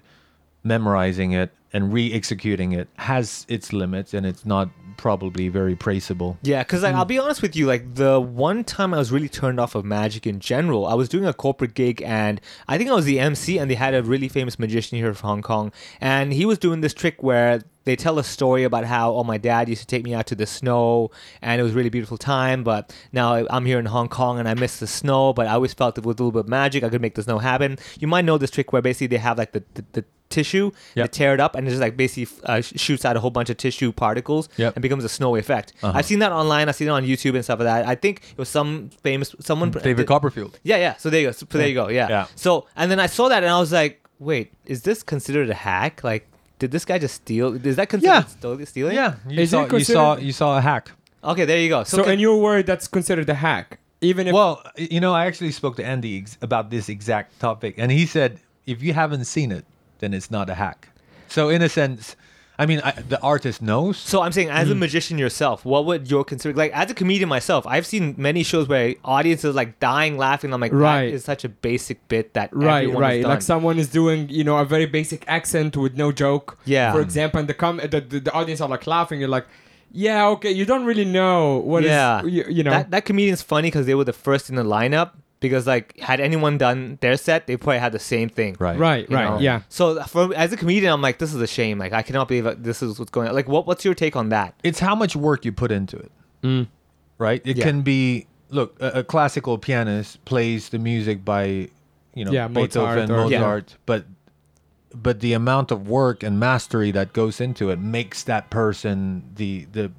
Speaker 5: memorizing it and re-executing it has its limits, and it's not probably very praisable.
Speaker 4: Yeah, because like, I'll be honest with you, like the one time I was really turned off of magic in general, I was doing a corporate gig and I think I was the MC and they had a really famous magician here from Hong Kong and he was doing this trick where they tell a story about how oh my dad used to take me out to the snow and it was a really beautiful time but now I- I'm here in Hong Kong and I miss the snow but I always felt that with a little bit of magic I could make the snow happen. You might know this trick where basically they have like the the, the tissue,
Speaker 5: Yep.
Speaker 4: they tear it up and it just like basically uh, sh- shoots out a whole bunch of tissue particles
Speaker 5: Yep.
Speaker 4: and becomes a snow effect. I've seen that online. I've seen it on YouTube and stuff like that. I think it was some famous someone.
Speaker 5: Mm, David Copperfield.
Speaker 4: Yeah, yeah. So there you go. So there you go. Yeah.
Speaker 5: Yeah.
Speaker 4: So and then I saw that and I was like, wait, is this considered a hack? Like, did this guy just steal? Is that
Speaker 5: Yeah.
Speaker 4: considered steal- stealing?
Speaker 5: Yeah, you
Speaker 3: Is
Speaker 5: saw,
Speaker 3: it
Speaker 5: you saw
Speaker 3: considered-
Speaker 5: you saw a hack.
Speaker 4: Okay, there you go.
Speaker 3: so
Speaker 4: So, con-
Speaker 3: in your word that's considered a hack even if
Speaker 5: Well, you know, I actually spoke to Andy ex- about this exact topic, and he said, if you haven't seen it, then it's not a hack. So, in a sense, I mean, I, the artist knows.
Speaker 4: So I'm saying, as a magician yourself, what would your consider? Like, as a comedian myself, I've seen many shows where audiences like dying laughing. I'm like,
Speaker 3: Right.
Speaker 4: that is such a basic bit that
Speaker 3: Right,
Speaker 4: everyone has
Speaker 3: right. Like
Speaker 4: done.
Speaker 3: someone is doing, you know, a very basic accent with no joke.
Speaker 4: Yeah.
Speaker 3: For example, and the com- the, the, the audience are like laughing. You're like, yeah, okay. You don't really know what is,
Speaker 4: yeah.
Speaker 3: you, you know.
Speaker 4: that, that comedian's funny because they were the first in the lineup. Because like, had anyone done their set, they probably had the same thing.
Speaker 3: right,
Speaker 4: you
Speaker 3: right.
Speaker 4: know?
Speaker 3: Yeah.
Speaker 4: So uh, for as a comedian, I'm like, this is a shame. Like, I cannot believe that this is what's going on. Like, what what's your take on that?
Speaker 5: It's how much work you put into it. Right? It
Speaker 4: Mm. Yeah.
Speaker 5: can be, look, a, a classical pianist plays the music by, you know,
Speaker 3: Yeah,
Speaker 5: Beethoven,
Speaker 3: Mozart or-
Speaker 4: Yeah.
Speaker 5: Mozart, but but the amount of work and mastery that goes into it makes that person the the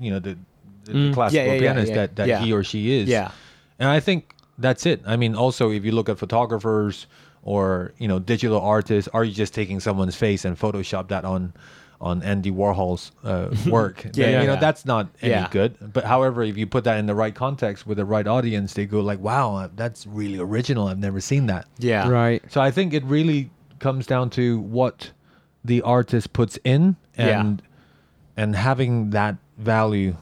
Speaker 5: you know the, the classical
Speaker 4: Mm. Yeah, yeah, yeah,
Speaker 5: pianist
Speaker 4: yeah.
Speaker 5: that that
Speaker 4: Yeah.
Speaker 5: he or she is
Speaker 4: Yeah.
Speaker 5: and i think that's it i mean also if you look at photographers or you know digital artists are you just taking someone's face and photoshop that on on andy warhol's uh, work
Speaker 4: Yeah,
Speaker 5: you know
Speaker 4: yeah.
Speaker 5: that's not any
Speaker 4: Yeah.
Speaker 5: good but however if you put that in the right context with the right audience they go like wow that's really original i've never seen that
Speaker 4: Yeah.
Speaker 3: Right.
Speaker 5: so I think it really comes down to what the artist puts in
Speaker 4: Yeah.
Speaker 5: and and having that value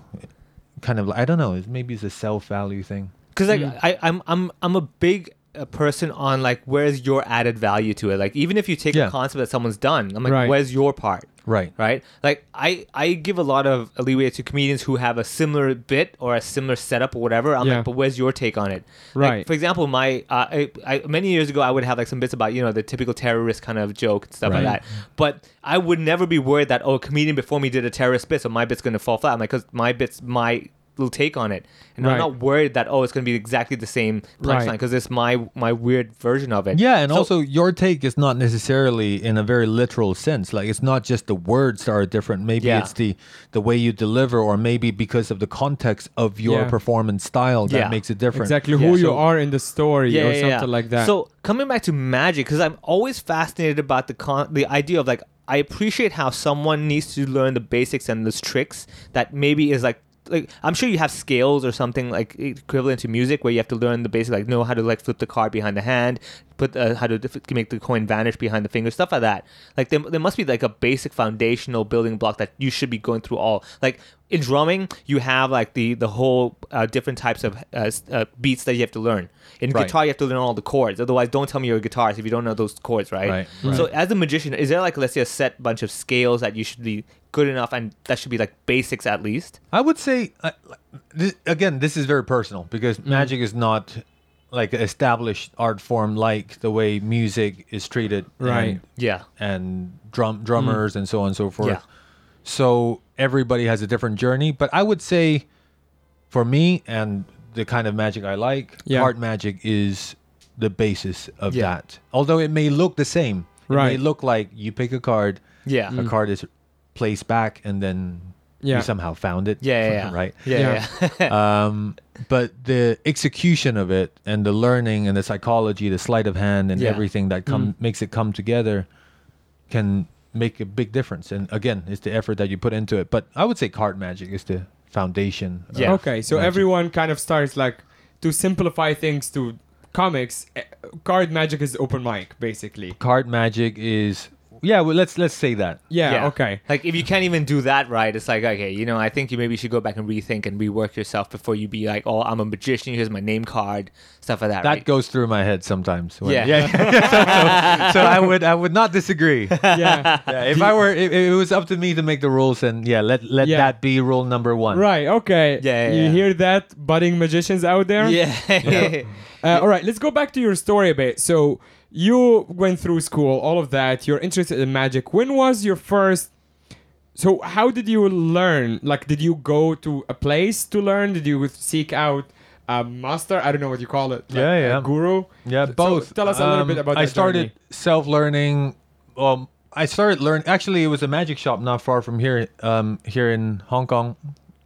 Speaker 5: kind of like I don't know, it's maybe it's a self value thing.
Speaker 4: because like
Speaker 3: Mm.
Speaker 4: I, I'm I'm I'm a big uh, person on like where's your added value to it. Like even if you take
Speaker 5: Yeah.
Speaker 4: a concept that someone's done, I'm like
Speaker 3: Right.
Speaker 4: where's your part?
Speaker 5: Right.
Speaker 4: right? Like I I give a lot of leeway to comedians who have a similar bit or a similar setup or whatever. I'm
Speaker 3: Yeah.
Speaker 4: like, but where's your take on it? Like,
Speaker 3: Right.
Speaker 4: for example, my uh, I, I, many years ago, I would have like some bits about you know the typical terrorist kind of joke and stuff
Speaker 5: Right.
Speaker 4: like that. But I would never be worried that oh, a comedian before me did a terrorist bit, so my bit's gonna fall flat. I'm like, because my bit's my little take on it, and
Speaker 3: Right.
Speaker 4: I'm not worried that oh, it's gonna be exactly the same
Speaker 3: Right.
Speaker 4: punchline because it's my my weird version of it.
Speaker 5: Yeah, and
Speaker 4: So-
Speaker 5: also your take is not necessarily in a very literal sense. Like it's not just the words that are different. Maybe
Speaker 4: Yeah.
Speaker 5: it's the the way you deliver, or maybe because of the context of your
Speaker 3: Yeah.
Speaker 5: performance style that
Speaker 4: Yeah.
Speaker 5: makes it different.
Speaker 3: Exactly who
Speaker 4: Yeah,
Speaker 3: you
Speaker 4: so-
Speaker 3: are in the story or something like that.
Speaker 4: So coming back to magic, because I'm always fascinated about the con- the idea of like I appreciate how someone needs to learn the basics and those tricks that maybe is like like I'm sure you have scales or something like equivalent to music where you have to learn the basic like know how to like flip the card behind the hand, put uh, how to dif- make the coin vanish behind the finger, stuff like that. Like there, there must be like a basic foundational building block that you should be going through all like in drumming you have like the the whole uh, different types of uh, s- uh, beats that you have to learn in
Speaker 5: Right.
Speaker 4: guitar you have to learn all the chords otherwise don't tell me you're a guitarist if you don't know those chords right,
Speaker 5: Right, right.
Speaker 4: so as a magician is there like let's say a set bunch of scales that you should be good enough and that should be like basics at least
Speaker 5: I would say, uh, this, again, this is very personal because
Speaker 3: Mm-hmm.
Speaker 5: magic is not like an established art form like the way music is treated,
Speaker 3: Right. Mm.
Speaker 4: yeah
Speaker 5: And, and drum drummers and so on and so forth.
Speaker 4: Yeah.
Speaker 5: So everybody has a different journey, but I would say, for me and the kind of magic I like,
Speaker 3: Yeah.
Speaker 5: art magic is the basis of
Speaker 4: Yeah.
Speaker 5: that. Although it may look the same, It
Speaker 3: Right.
Speaker 5: may look like you pick a card,
Speaker 4: yeah
Speaker 5: a card is placed back, and then
Speaker 3: Mm. Yeah.
Speaker 5: you somehow found it.
Speaker 4: yeah, yeah, yeah.
Speaker 5: right.
Speaker 4: yeah,
Speaker 3: Yeah.
Speaker 4: yeah.
Speaker 5: Um, but the execution of it and the learning and the psychology, the sleight of hand, and
Speaker 4: Yeah.
Speaker 5: everything that
Speaker 3: Mm.
Speaker 5: come makes it come together can make a big difference. And again, it's the effort that you put into it. But I would say card magic is the foundation. of-
Speaker 4: Yeah.
Speaker 3: Okay, so
Speaker 5: Magic.
Speaker 3: everyone kind of starts like to simplify things to comics. eh, Card magic is open mic, basically.
Speaker 5: Card magic is yeah. Well, let's let's say that.
Speaker 3: Yeah. Okay.
Speaker 4: Like if you can't even do that right, it's like okay, you know, I think you maybe should go back and rethink and rework yourself before you be like, oh, I'm a magician. Here's my name card, stuff like that.
Speaker 5: That
Speaker 4: right?
Speaker 5: goes through my head sometimes. when-
Speaker 4: Yeah.
Speaker 5: yeah. so, so I would I would not disagree.
Speaker 3: Yeah.
Speaker 5: Yeah, if I were, if, if it was up to me to make the rules, and yeah, let let
Speaker 3: Yeah.
Speaker 5: that be rule number one.
Speaker 3: Right. Okay.
Speaker 4: Yeah, yeah,
Speaker 3: you
Speaker 4: yeah.
Speaker 3: hear that, budding magicians out there?
Speaker 4: yeah.
Speaker 3: Uh, all right. Let's go back to your story a bit. So you went through school, all of that. You're interested in magic. When was your first? So how did you learn? Like, did you go to a place to learn? Did you seek out a master? I don't know what you call it. like
Speaker 5: Yeah,
Speaker 3: a
Speaker 5: yeah.
Speaker 3: guru.
Speaker 5: Yeah,
Speaker 3: So
Speaker 5: both.
Speaker 3: tell us a little
Speaker 5: Um,
Speaker 3: bit about.
Speaker 5: I
Speaker 3: that
Speaker 5: started
Speaker 3: journey.
Speaker 5: self-learning. Um, I started learn. Actually, it was a magic shop not far from here, um, here in Hong Kong,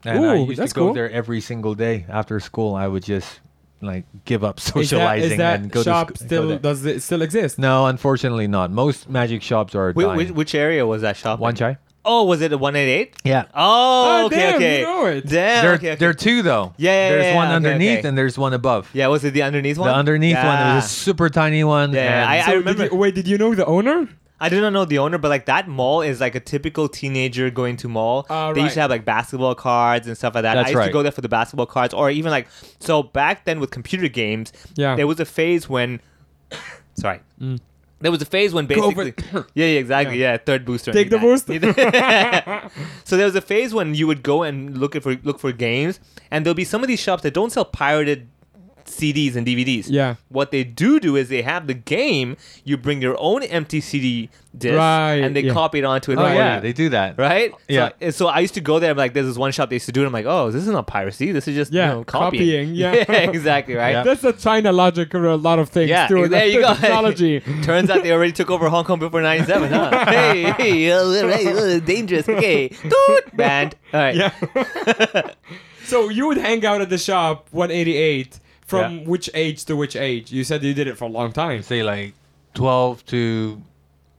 Speaker 5: and I
Speaker 3: Ooh,
Speaker 5: used
Speaker 3: that's
Speaker 5: to go
Speaker 3: cool.
Speaker 5: there every single day after school. I would just like give up
Speaker 3: Is that,
Speaker 5: socializing
Speaker 3: is that
Speaker 5: and go
Speaker 3: shop
Speaker 5: to sc- go
Speaker 3: still
Speaker 5: there.
Speaker 3: does it still exist?
Speaker 5: no, unfortunately, not. Most magic shops are
Speaker 4: Whi-
Speaker 5: dying.
Speaker 4: which, which area was that shop? in?
Speaker 5: One chai.
Speaker 4: Oh, was it a one eight eight?
Speaker 5: Yeah.
Speaker 4: Oh,
Speaker 3: Oh,
Speaker 4: okay,
Speaker 3: damn, you
Speaker 4: okay.
Speaker 3: know it.
Speaker 4: Damn,
Speaker 5: there,
Speaker 4: okay, okay.
Speaker 5: there are two though.
Speaker 4: Yeah, yeah,
Speaker 5: There's
Speaker 4: yeah,
Speaker 5: one
Speaker 4: okay,
Speaker 5: underneath
Speaker 4: okay.
Speaker 5: and there's one above.
Speaker 4: yeah, was it the underneath one?
Speaker 5: The underneath one it
Speaker 4: Yeah.
Speaker 5: was a super tiny one.
Speaker 4: Yeah,
Speaker 5: and-
Speaker 4: I-
Speaker 3: So did
Speaker 4: remember-
Speaker 3: you- wait, did you know the owner?
Speaker 4: I did not know the owner, but like that mall is like a typical teenager going to mall.
Speaker 3: Ah,
Speaker 4: they used to
Speaker 3: right.
Speaker 4: have like basketball cards and stuff like that.
Speaker 5: That's
Speaker 4: I used
Speaker 5: right.
Speaker 4: to go there for the basketball cards, or even like so back then with computer games.
Speaker 3: Yeah.
Speaker 4: there was a phase when, sorry. There was a phase when
Speaker 3: Go over
Speaker 4: basically, yeah, yeah, exactly, yeah. Third booster,
Speaker 3: Take the
Speaker 4: booster.
Speaker 3: boost.
Speaker 4: So there was a phase when you would go and look for look for games, and there'll be some of these shops that don't sell pirated CDs and DVDs.
Speaker 3: Yeah.
Speaker 4: What they do do is they have the game. You bring your own empty CD disc,
Speaker 3: Right,
Speaker 4: and they
Speaker 3: yeah.
Speaker 4: copy it onto it.
Speaker 5: Oh
Speaker 4: for
Speaker 5: yeah,
Speaker 4: you,
Speaker 5: they do that.
Speaker 4: Right?
Speaker 5: Yeah.
Speaker 4: So, so I used to go there. I'm like, there's this one shop they used to do it. I'm like, oh, this is not piracy. This is just
Speaker 3: Yeah,
Speaker 4: you know, copying.
Speaker 3: copying, yeah.
Speaker 4: exactly. Right.
Speaker 5: Yeah.
Speaker 3: That's the China logic for a lot of things
Speaker 4: Yeah,
Speaker 3: too.
Speaker 4: there
Speaker 3: the
Speaker 4: you go.
Speaker 3: Technology.
Speaker 4: Turns out they already took over Hong Kong before 97, huh? hey, hey, uh, hey, uh, dangerous. Okay. Toot, band. All right.
Speaker 3: yeah. so you would hang out at the shop 188 from
Speaker 5: Yeah.
Speaker 3: which age to which age? You said you did it for a long time.
Speaker 5: Say like 12 to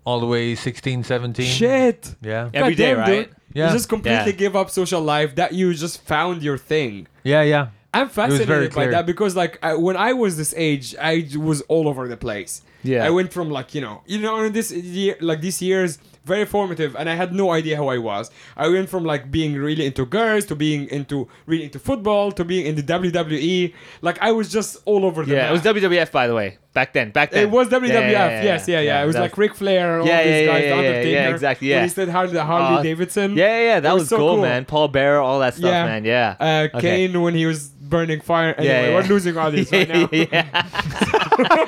Speaker 5: all the way 16, 17.
Speaker 3: Shit.
Speaker 5: Mm. Yeah.
Speaker 4: Every
Speaker 3: God
Speaker 4: day,
Speaker 3: damn, dude.
Speaker 4: right?
Speaker 5: Yeah.
Speaker 3: You just completely
Speaker 4: Yeah.
Speaker 3: give up social life. That you just found your thing.
Speaker 5: Yeah, yeah.
Speaker 3: I'm
Speaker 5: very
Speaker 3: fascinated by
Speaker 5: clear.
Speaker 3: that because, like, I, when I was this age, I j- was all over the place.
Speaker 4: Yeah.
Speaker 3: I went from like you know, you know, in this year, like these years, very formative, and I had no idea how I was. I went from like being really into girls to being into really into football to being in the WWE. Like I was just all over the
Speaker 4: Yeah, it was
Speaker 3: map.
Speaker 4: WWF by the way. Back then, back then.
Speaker 3: It was WWF, yes, yeah, yeah. It was
Speaker 4: that-
Speaker 3: like Ric Flair, all
Speaker 4: Yeah,
Speaker 3: these guys,
Speaker 4: yeah, yeah,
Speaker 3: the
Speaker 4: yeah, yeah,
Speaker 3: Undertaker.
Speaker 4: exactly,
Speaker 3: When
Speaker 4: yeah.
Speaker 3: he said Harley, Harley
Speaker 4: Uh,
Speaker 3: Davidson.
Speaker 4: Yeah, yeah, yeah, that
Speaker 3: It
Speaker 4: was,
Speaker 3: so
Speaker 4: cool,
Speaker 3: cool.
Speaker 4: man. Paul Bearer, all that stuff, man. Yeah.
Speaker 3: Uh,
Speaker 4: Okay.
Speaker 3: Kane when he was burning fire. Anyway,
Speaker 4: Yeah, yeah.
Speaker 3: we're losing all these right now.
Speaker 4: Yeah.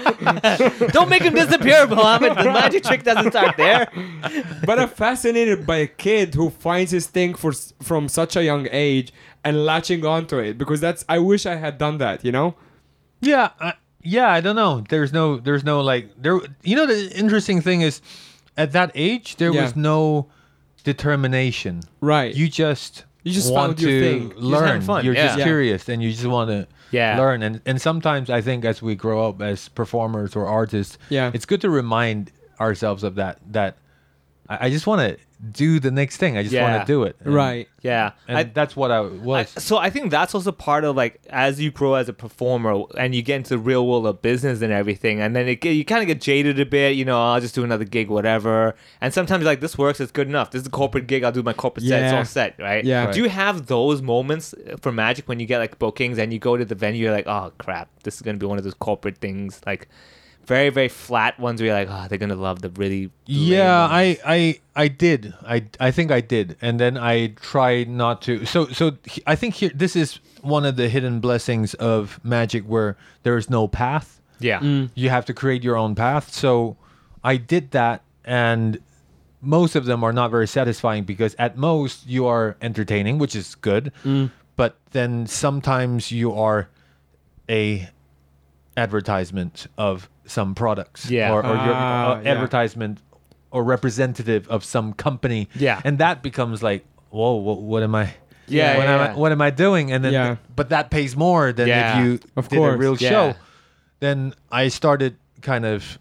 Speaker 4: Don't make him disappear, Mohammed. The magic trick doesn't start there.
Speaker 3: but I'm fascinated by a kid who finds his thing for s- from such a young age and latching onto it because that's I wish I had done that, you know.
Speaker 5: Yeah, I, yeah. I don't know. There's no. There's no like there. You know the interesting thing is, at that age there
Speaker 3: Yeah.
Speaker 5: was no determination.
Speaker 3: Right.
Speaker 5: You just
Speaker 3: You just
Speaker 5: want
Speaker 3: found your
Speaker 5: to
Speaker 3: thing. You just
Speaker 5: learn.
Speaker 4: having fun,
Speaker 5: You're
Speaker 4: yeah.
Speaker 5: just
Speaker 3: Yeah.
Speaker 5: curious and you just want to
Speaker 4: Yeah.
Speaker 5: learn. And and sometimes I think as we grow up as performers or artists,
Speaker 3: Yeah.
Speaker 5: it's good to remind ourselves of that. That I, I just want to do the next thing. I just
Speaker 4: Yeah.
Speaker 5: want to do it. And-
Speaker 4: Yeah.
Speaker 5: And
Speaker 4: I-
Speaker 5: that's what I was.
Speaker 4: I- so I think that's also part of like as you grow as a performer and you get into the real world of business and everything, and then it, get- you kind of get jaded a bit. You know, I'll just do another gig, whatever. And sometimes like this works, it's good enough. This is a corporate gig. I'll do my corporate set. It's
Speaker 3: Yeah.
Speaker 4: all set, right?
Speaker 3: Yeah. Right.
Speaker 4: Do you have those moments uh, for Magic when you get like bookings and you go to the venue? You're like, oh crap, this is gonna be one of those corporate things, like very very flat ones. Where you're like, oh, they're gonna love the really.
Speaker 5: yeah
Speaker 4: lame ones."
Speaker 5: I, I i did i i think i did and then i tried not to so so he- i think here this is one of the hidden blessings of magic where there is no path
Speaker 4: yeah.
Speaker 5: you have to create your own path so i did that and most of them are not very satisfying because at most you are entertaining which is good
Speaker 4: Mm.
Speaker 5: but then sometimes you are a advertisement of some products
Speaker 4: Yeah.
Speaker 5: or, or your
Speaker 3: Ah,
Speaker 5: uh,
Speaker 3: yeah.
Speaker 5: advertisement or representative of some company
Speaker 4: Yeah.
Speaker 5: and that becomes like whoa what, what am i
Speaker 4: Yeah,
Speaker 5: what,
Speaker 4: yeah,
Speaker 5: am
Speaker 4: yeah.
Speaker 5: I, what am i doing and then
Speaker 3: Yeah.
Speaker 5: but that pays more than
Speaker 4: Yeah.
Speaker 5: if you
Speaker 3: Of
Speaker 5: did a
Speaker 3: course.
Speaker 5: real
Speaker 4: Yeah.
Speaker 5: show then i started kind of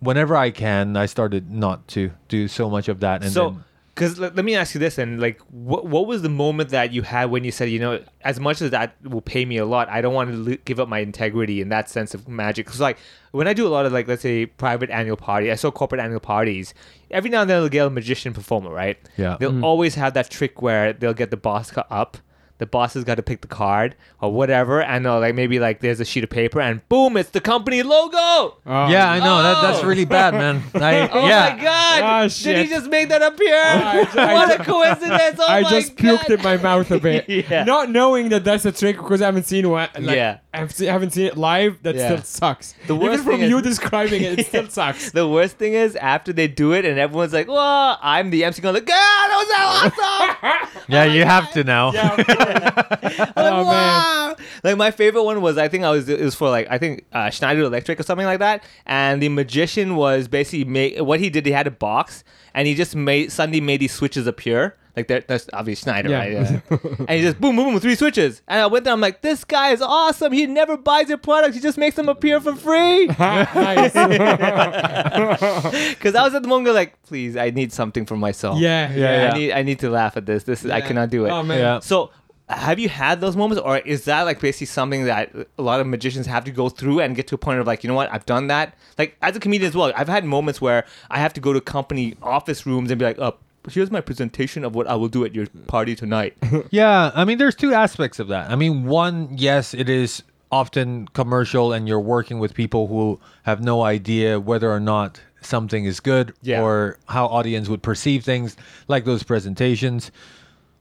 Speaker 5: whenever i can i started not to do so much of that and
Speaker 4: so
Speaker 5: then,
Speaker 4: because let, me ask you this and like what what was the moment that you had when you said you know as much as that will pay me a lot i don't want to lo- give up my integrity in that sense of magic because like when i do a lot of like let's say private annual party i saw corporate annual parties every now and then they'll get a magician performer right
Speaker 5: Yeah.
Speaker 4: they'll always have that trick where they'll get the boss co- up the boss has got to pick the card or whatever and they'll like maybe like there's a sheet of paper and boom it's the company logo
Speaker 3: Oh,
Speaker 5: yeah i know that, that's
Speaker 4: Oh!
Speaker 5: really bad man I,
Speaker 4: Oh
Speaker 5: yeah
Speaker 4: my god!
Speaker 3: Ah,
Speaker 4: Did
Speaker 3: shit.
Speaker 4: he just make that up here?
Speaker 3: I ju- I
Speaker 4: what
Speaker 3: ju-
Speaker 4: a coincidence! Oh
Speaker 3: I
Speaker 4: my
Speaker 3: just
Speaker 4: god.
Speaker 3: puked in my mouth a bit,
Speaker 4: Yeah.
Speaker 3: not knowing that that's a trick because I haven't seen one. Like,
Speaker 4: Yeah.
Speaker 3: I've se- haven't seen it live. That
Speaker 4: Yeah.
Speaker 3: still sucks.
Speaker 4: The
Speaker 3: Even
Speaker 4: worst
Speaker 3: from
Speaker 4: thing is-
Speaker 3: you describing it, it still sucks.
Speaker 4: The worst thing is after they do it and everyone's like, "Whoa!" I'm the MC going like, "God, that was so awesome!"
Speaker 5: yeah you have to now
Speaker 4: I'm like,
Speaker 3: Oh, man.
Speaker 4: "Wow." Like my favorite one was I think I was it was for like I think uh, Schneider Electric or something like that, and the magician was basically made what he did. He had a box and he just made suddenly made these switches appear. Like that- that's obviously Schneider,
Speaker 3: Yeah.
Speaker 4: right? Yeah. and he just boom, boom, boom, three switches. And I went there. I'm like, this guy is awesome. He never buys your products. He just makes them appear for free.
Speaker 3: Ah, nice.
Speaker 4: Because I was at the moment like, please, I need something for myself.
Speaker 3: Yeah, yeah,
Speaker 5: yeah.
Speaker 4: I need I need to laugh at this. This is I cannot do it.
Speaker 3: Oh man.
Speaker 5: yeah
Speaker 4: So, have you had those moments, or is that like basically something that a lot of magicians have to go through and get to a point of like, you know what, I've done that? Like, as a comedian as well, I've had moments where I have to go to company office rooms and be like, oh, here's my presentation of what I will do at your party tonight.
Speaker 5: Yeah, I mean, there's two aspects of that. I mean, one, yes, it is often commercial, and you're working with people who have no idea whether or not something is good
Speaker 4: Yeah.
Speaker 5: or how audience would perceive things, like those presentations.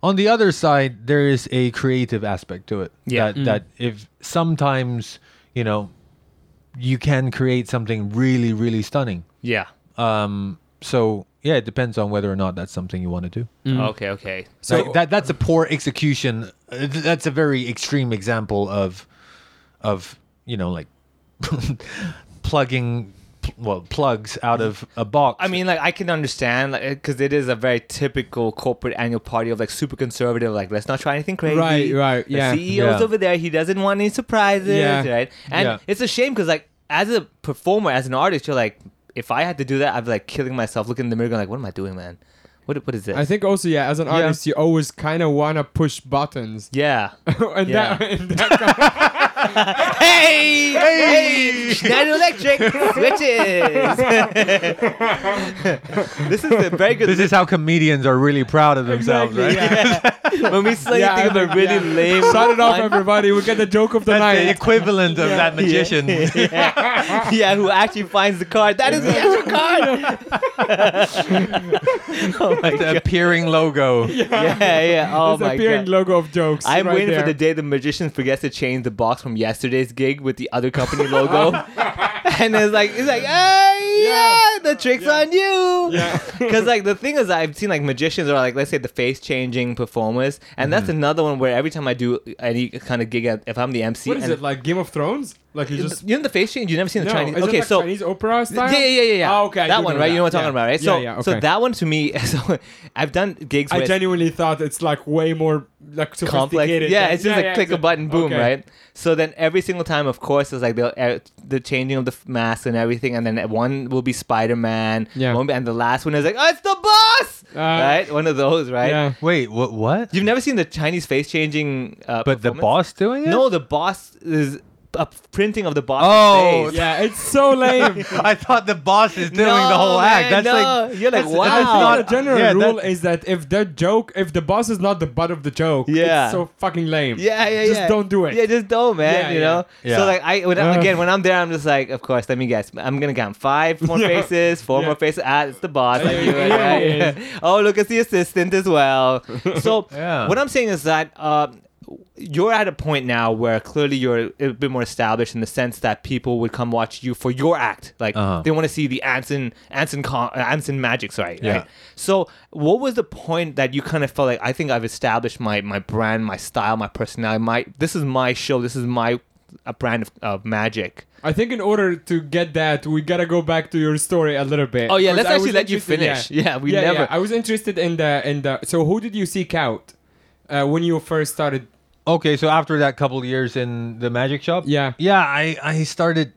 Speaker 5: On the other side, there is a creative aspect to it.
Speaker 4: Yeah. Mm.
Speaker 5: that, that if sometimes you know you can create something really, really stunning.
Speaker 4: yeah.
Speaker 5: Um, so yeah, it depends on whether or not that's something you want to do.
Speaker 4: Okay. Okay.
Speaker 5: So that that's a poor execution. Uh, th- That's a very extreme example of of you know like plugging pl- well plugs out of a box.
Speaker 4: I mean, like I can understand, like, because it is a very typical corporate annual party of like super conservative, like let's not try anything crazy.
Speaker 3: Right, right, yeah.
Speaker 4: The CEO's
Speaker 5: Yeah.
Speaker 4: over there; he doesn't want any surprises,
Speaker 3: Yeah.
Speaker 4: right? And
Speaker 5: Yeah.
Speaker 4: it's a shame because, like, as a performer, as an artist, you're like, if I had to do that, I'd be like killing myself, looking in the mirror, going like, "What am I doing, man? What what is this?"
Speaker 3: I think also yeah, as an artist, you always kind of wanna push buttons.
Speaker 4: yeah.
Speaker 3: and
Speaker 4: Yeah.
Speaker 3: that, and that
Speaker 4: hey, hey, Schneider Electric switches. this is a very good.
Speaker 5: This is how comedians are really proud of themselves,
Speaker 3: Exactly,
Speaker 5: right?
Speaker 4: when we suddenly
Speaker 3: Yeah,
Speaker 4: think of a really
Speaker 3: yeah.
Speaker 4: lame.
Speaker 3: Shut it off,
Speaker 4: one-
Speaker 3: everybody. We get the joke of the
Speaker 5: That's the
Speaker 3: night.
Speaker 5: equivalent of that magician.
Speaker 4: yeah, who actually finds the card? That is the actual card. oh my
Speaker 5: the
Speaker 4: god!
Speaker 5: appearing logo.
Speaker 4: Yeah, yeah. Oh
Speaker 3: It's the
Speaker 4: my
Speaker 3: appearing
Speaker 4: god.
Speaker 3: logo of jokes.
Speaker 4: I'm
Speaker 3: right
Speaker 4: waiting
Speaker 3: there.
Speaker 4: for the day the magician forgets to change the box from yesterday's gig with the other company logo, and it's like it's like, hey, yeah,
Speaker 3: Yeah.
Speaker 4: the trick's on you.
Speaker 3: Yeah.
Speaker 4: Because like the thing is, I've seen like magicians or like let's say the face changing performers, and that's
Speaker 3: Mm-hmm.
Speaker 4: another one where every time I do any kind of gig, if I'm the MC,
Speaker 3: What is
Speaker 4: and
Speaker 3: it like? Game of Thrones? Like you just
Speaker 4: you know the face change. You never seen
Speaker 3: no,
Speaker 4: the Chinese.
Speaker 3: is it
Speaker 4: Okay,
Speaker 3: like
Speaker 4: so
Speaker 3: Chinese opera style.
Speaker 4: yeah, yeah, yeah, yeah.
Speaker 3: Oh, okay, I
Speaker 4: that
Speaker 3: do
Speaker 4: one,
Speaker 3: know
Speaker 4: right? You know what
Speaker 3: that.
Speaker 4: I'm talking
Speaker 3: Yeah.
Speaker 4: about, right?
Speaker 3: Yeah,
Speaker 4: So,
Speaker 3: yeah,
Speaker 4: so
Speaker 3: okay.
Speaker 4: that one to me, so I've done gigs
Speaker 3: I
Speaker 4: with
Speaker 3: genuinely thought it's like way more like
Speaker 4: complex.
Speaker 3: sophisticated.
Speaker 4: Yeah, it's just like click
Speaker 3: exactly.
Speaker 4: a button, boom,
Speaker 3: Okay.
Speaker 4: right? So then every single time, of course, it's like the uh, the changing of the f- mask and everything, and then one will be Spider Man,
Speaker 3: Yeah.
Speaker 4: and the last one is like, oh, it's the boss,
Speaker 3: Uh,
Speaker 4: right? One of those, right?
Speaker 3: Yeah.
Speaker 5: Wait, what? What?
Speaker 4: You've never seen the Chinese face changing, uh,
Speaker 5: but the
Speaker 4: performance?
Speaker 5: boss doing it?
Speaker 4: No, the boss is a printing of the boss's
Speaker 5: Oh,
Speaker 4: face.
Speaker 3: Yeah, it's so lame.
Speaker 5: I thought the boss is doing
Speaker 4: No,
Speaker 5: the whole act.
Speaker 4: man,
Speaker 5: That's
Speaker 4: no.
Speaker 5: like
Speaker 4: You're like,
Speaker 5: that's-
Speaker 4: wow.
Speaker 5: that's
Speaker 3: I
Speaker 5: not-
Speaker 3: think the general
Speaker 5: yeah,
Speaker 3: rule
Speaker 5: that-
Speaker 3: is that if the joke, if the boss is not the butt of the joke,
Speaker 4: Yeah.
Speaker 3: it's so fucking lame.
Speaker 4: Yeah, yeah,
Speaker 3: Just
Speaker 4: yeah.
Speaker 3: don't do it.
Speaker 4: Yeah, just don't, man.
Speaker 3: Yeah,
Speaker 4: you
Speaker 3: yeah.
Speaker 4: know.
Speaker 5: Yeah.
Speaker 4: So like, I when, I-
Speaker 3: Ugh.
Speaker 4: again when I'm there, I'm just like, of course. Let me guess. I'm gonna count five more
Speaker 3: Yeah.
Speaker 4: faces, four
Speaker 3: Yeah.
Speaker 4: more faces. Ah, it's the boss. I
Speaker 3: Yeah,
Speaker 4: knew it,
Speaker 3: yeah,
Speaker 4: right?
Speaker 3: yeah.
Speaker 4: oh, look, it's the assistant as well. So
Speaker 5: Yeah.
Speaker 4: what I'm saying is that. Uh, you're at a point now where clearly you're a bit more established in the sense that people would come watch you for your act. Like
Speaker 5: Uh-huh.
Speaker 4: they want to see the Anson Anson con- uh, Anson magic, sorry.
Speaker 5: Yeah.
Speaker 4: right? So, what was the point that you kind of felt like I think I've established my my brand, my style, my personality, my this is my show, this is my a brand of, of magic.
Speaker 3: I think in order to get that, we gotta go back to your story a little bit.
Speaker 4: Oh, yeah,
Speaker 3: 'Cause
Speaker 4: let's
Speaker 3: I
Speaker 4: actually
Speaker 3: was
Speaker 4: let you
Speaker 3: interested-
Speaker 4: finish. Yeah, we never-
Speaker 3: I was interested in the in the. So who did you seek out uh, when you first started?
Speaker 5: okay. So after that couple years in the magic shop,
Speaker 3: Yeah.
Speaker 5: yeah, I I started.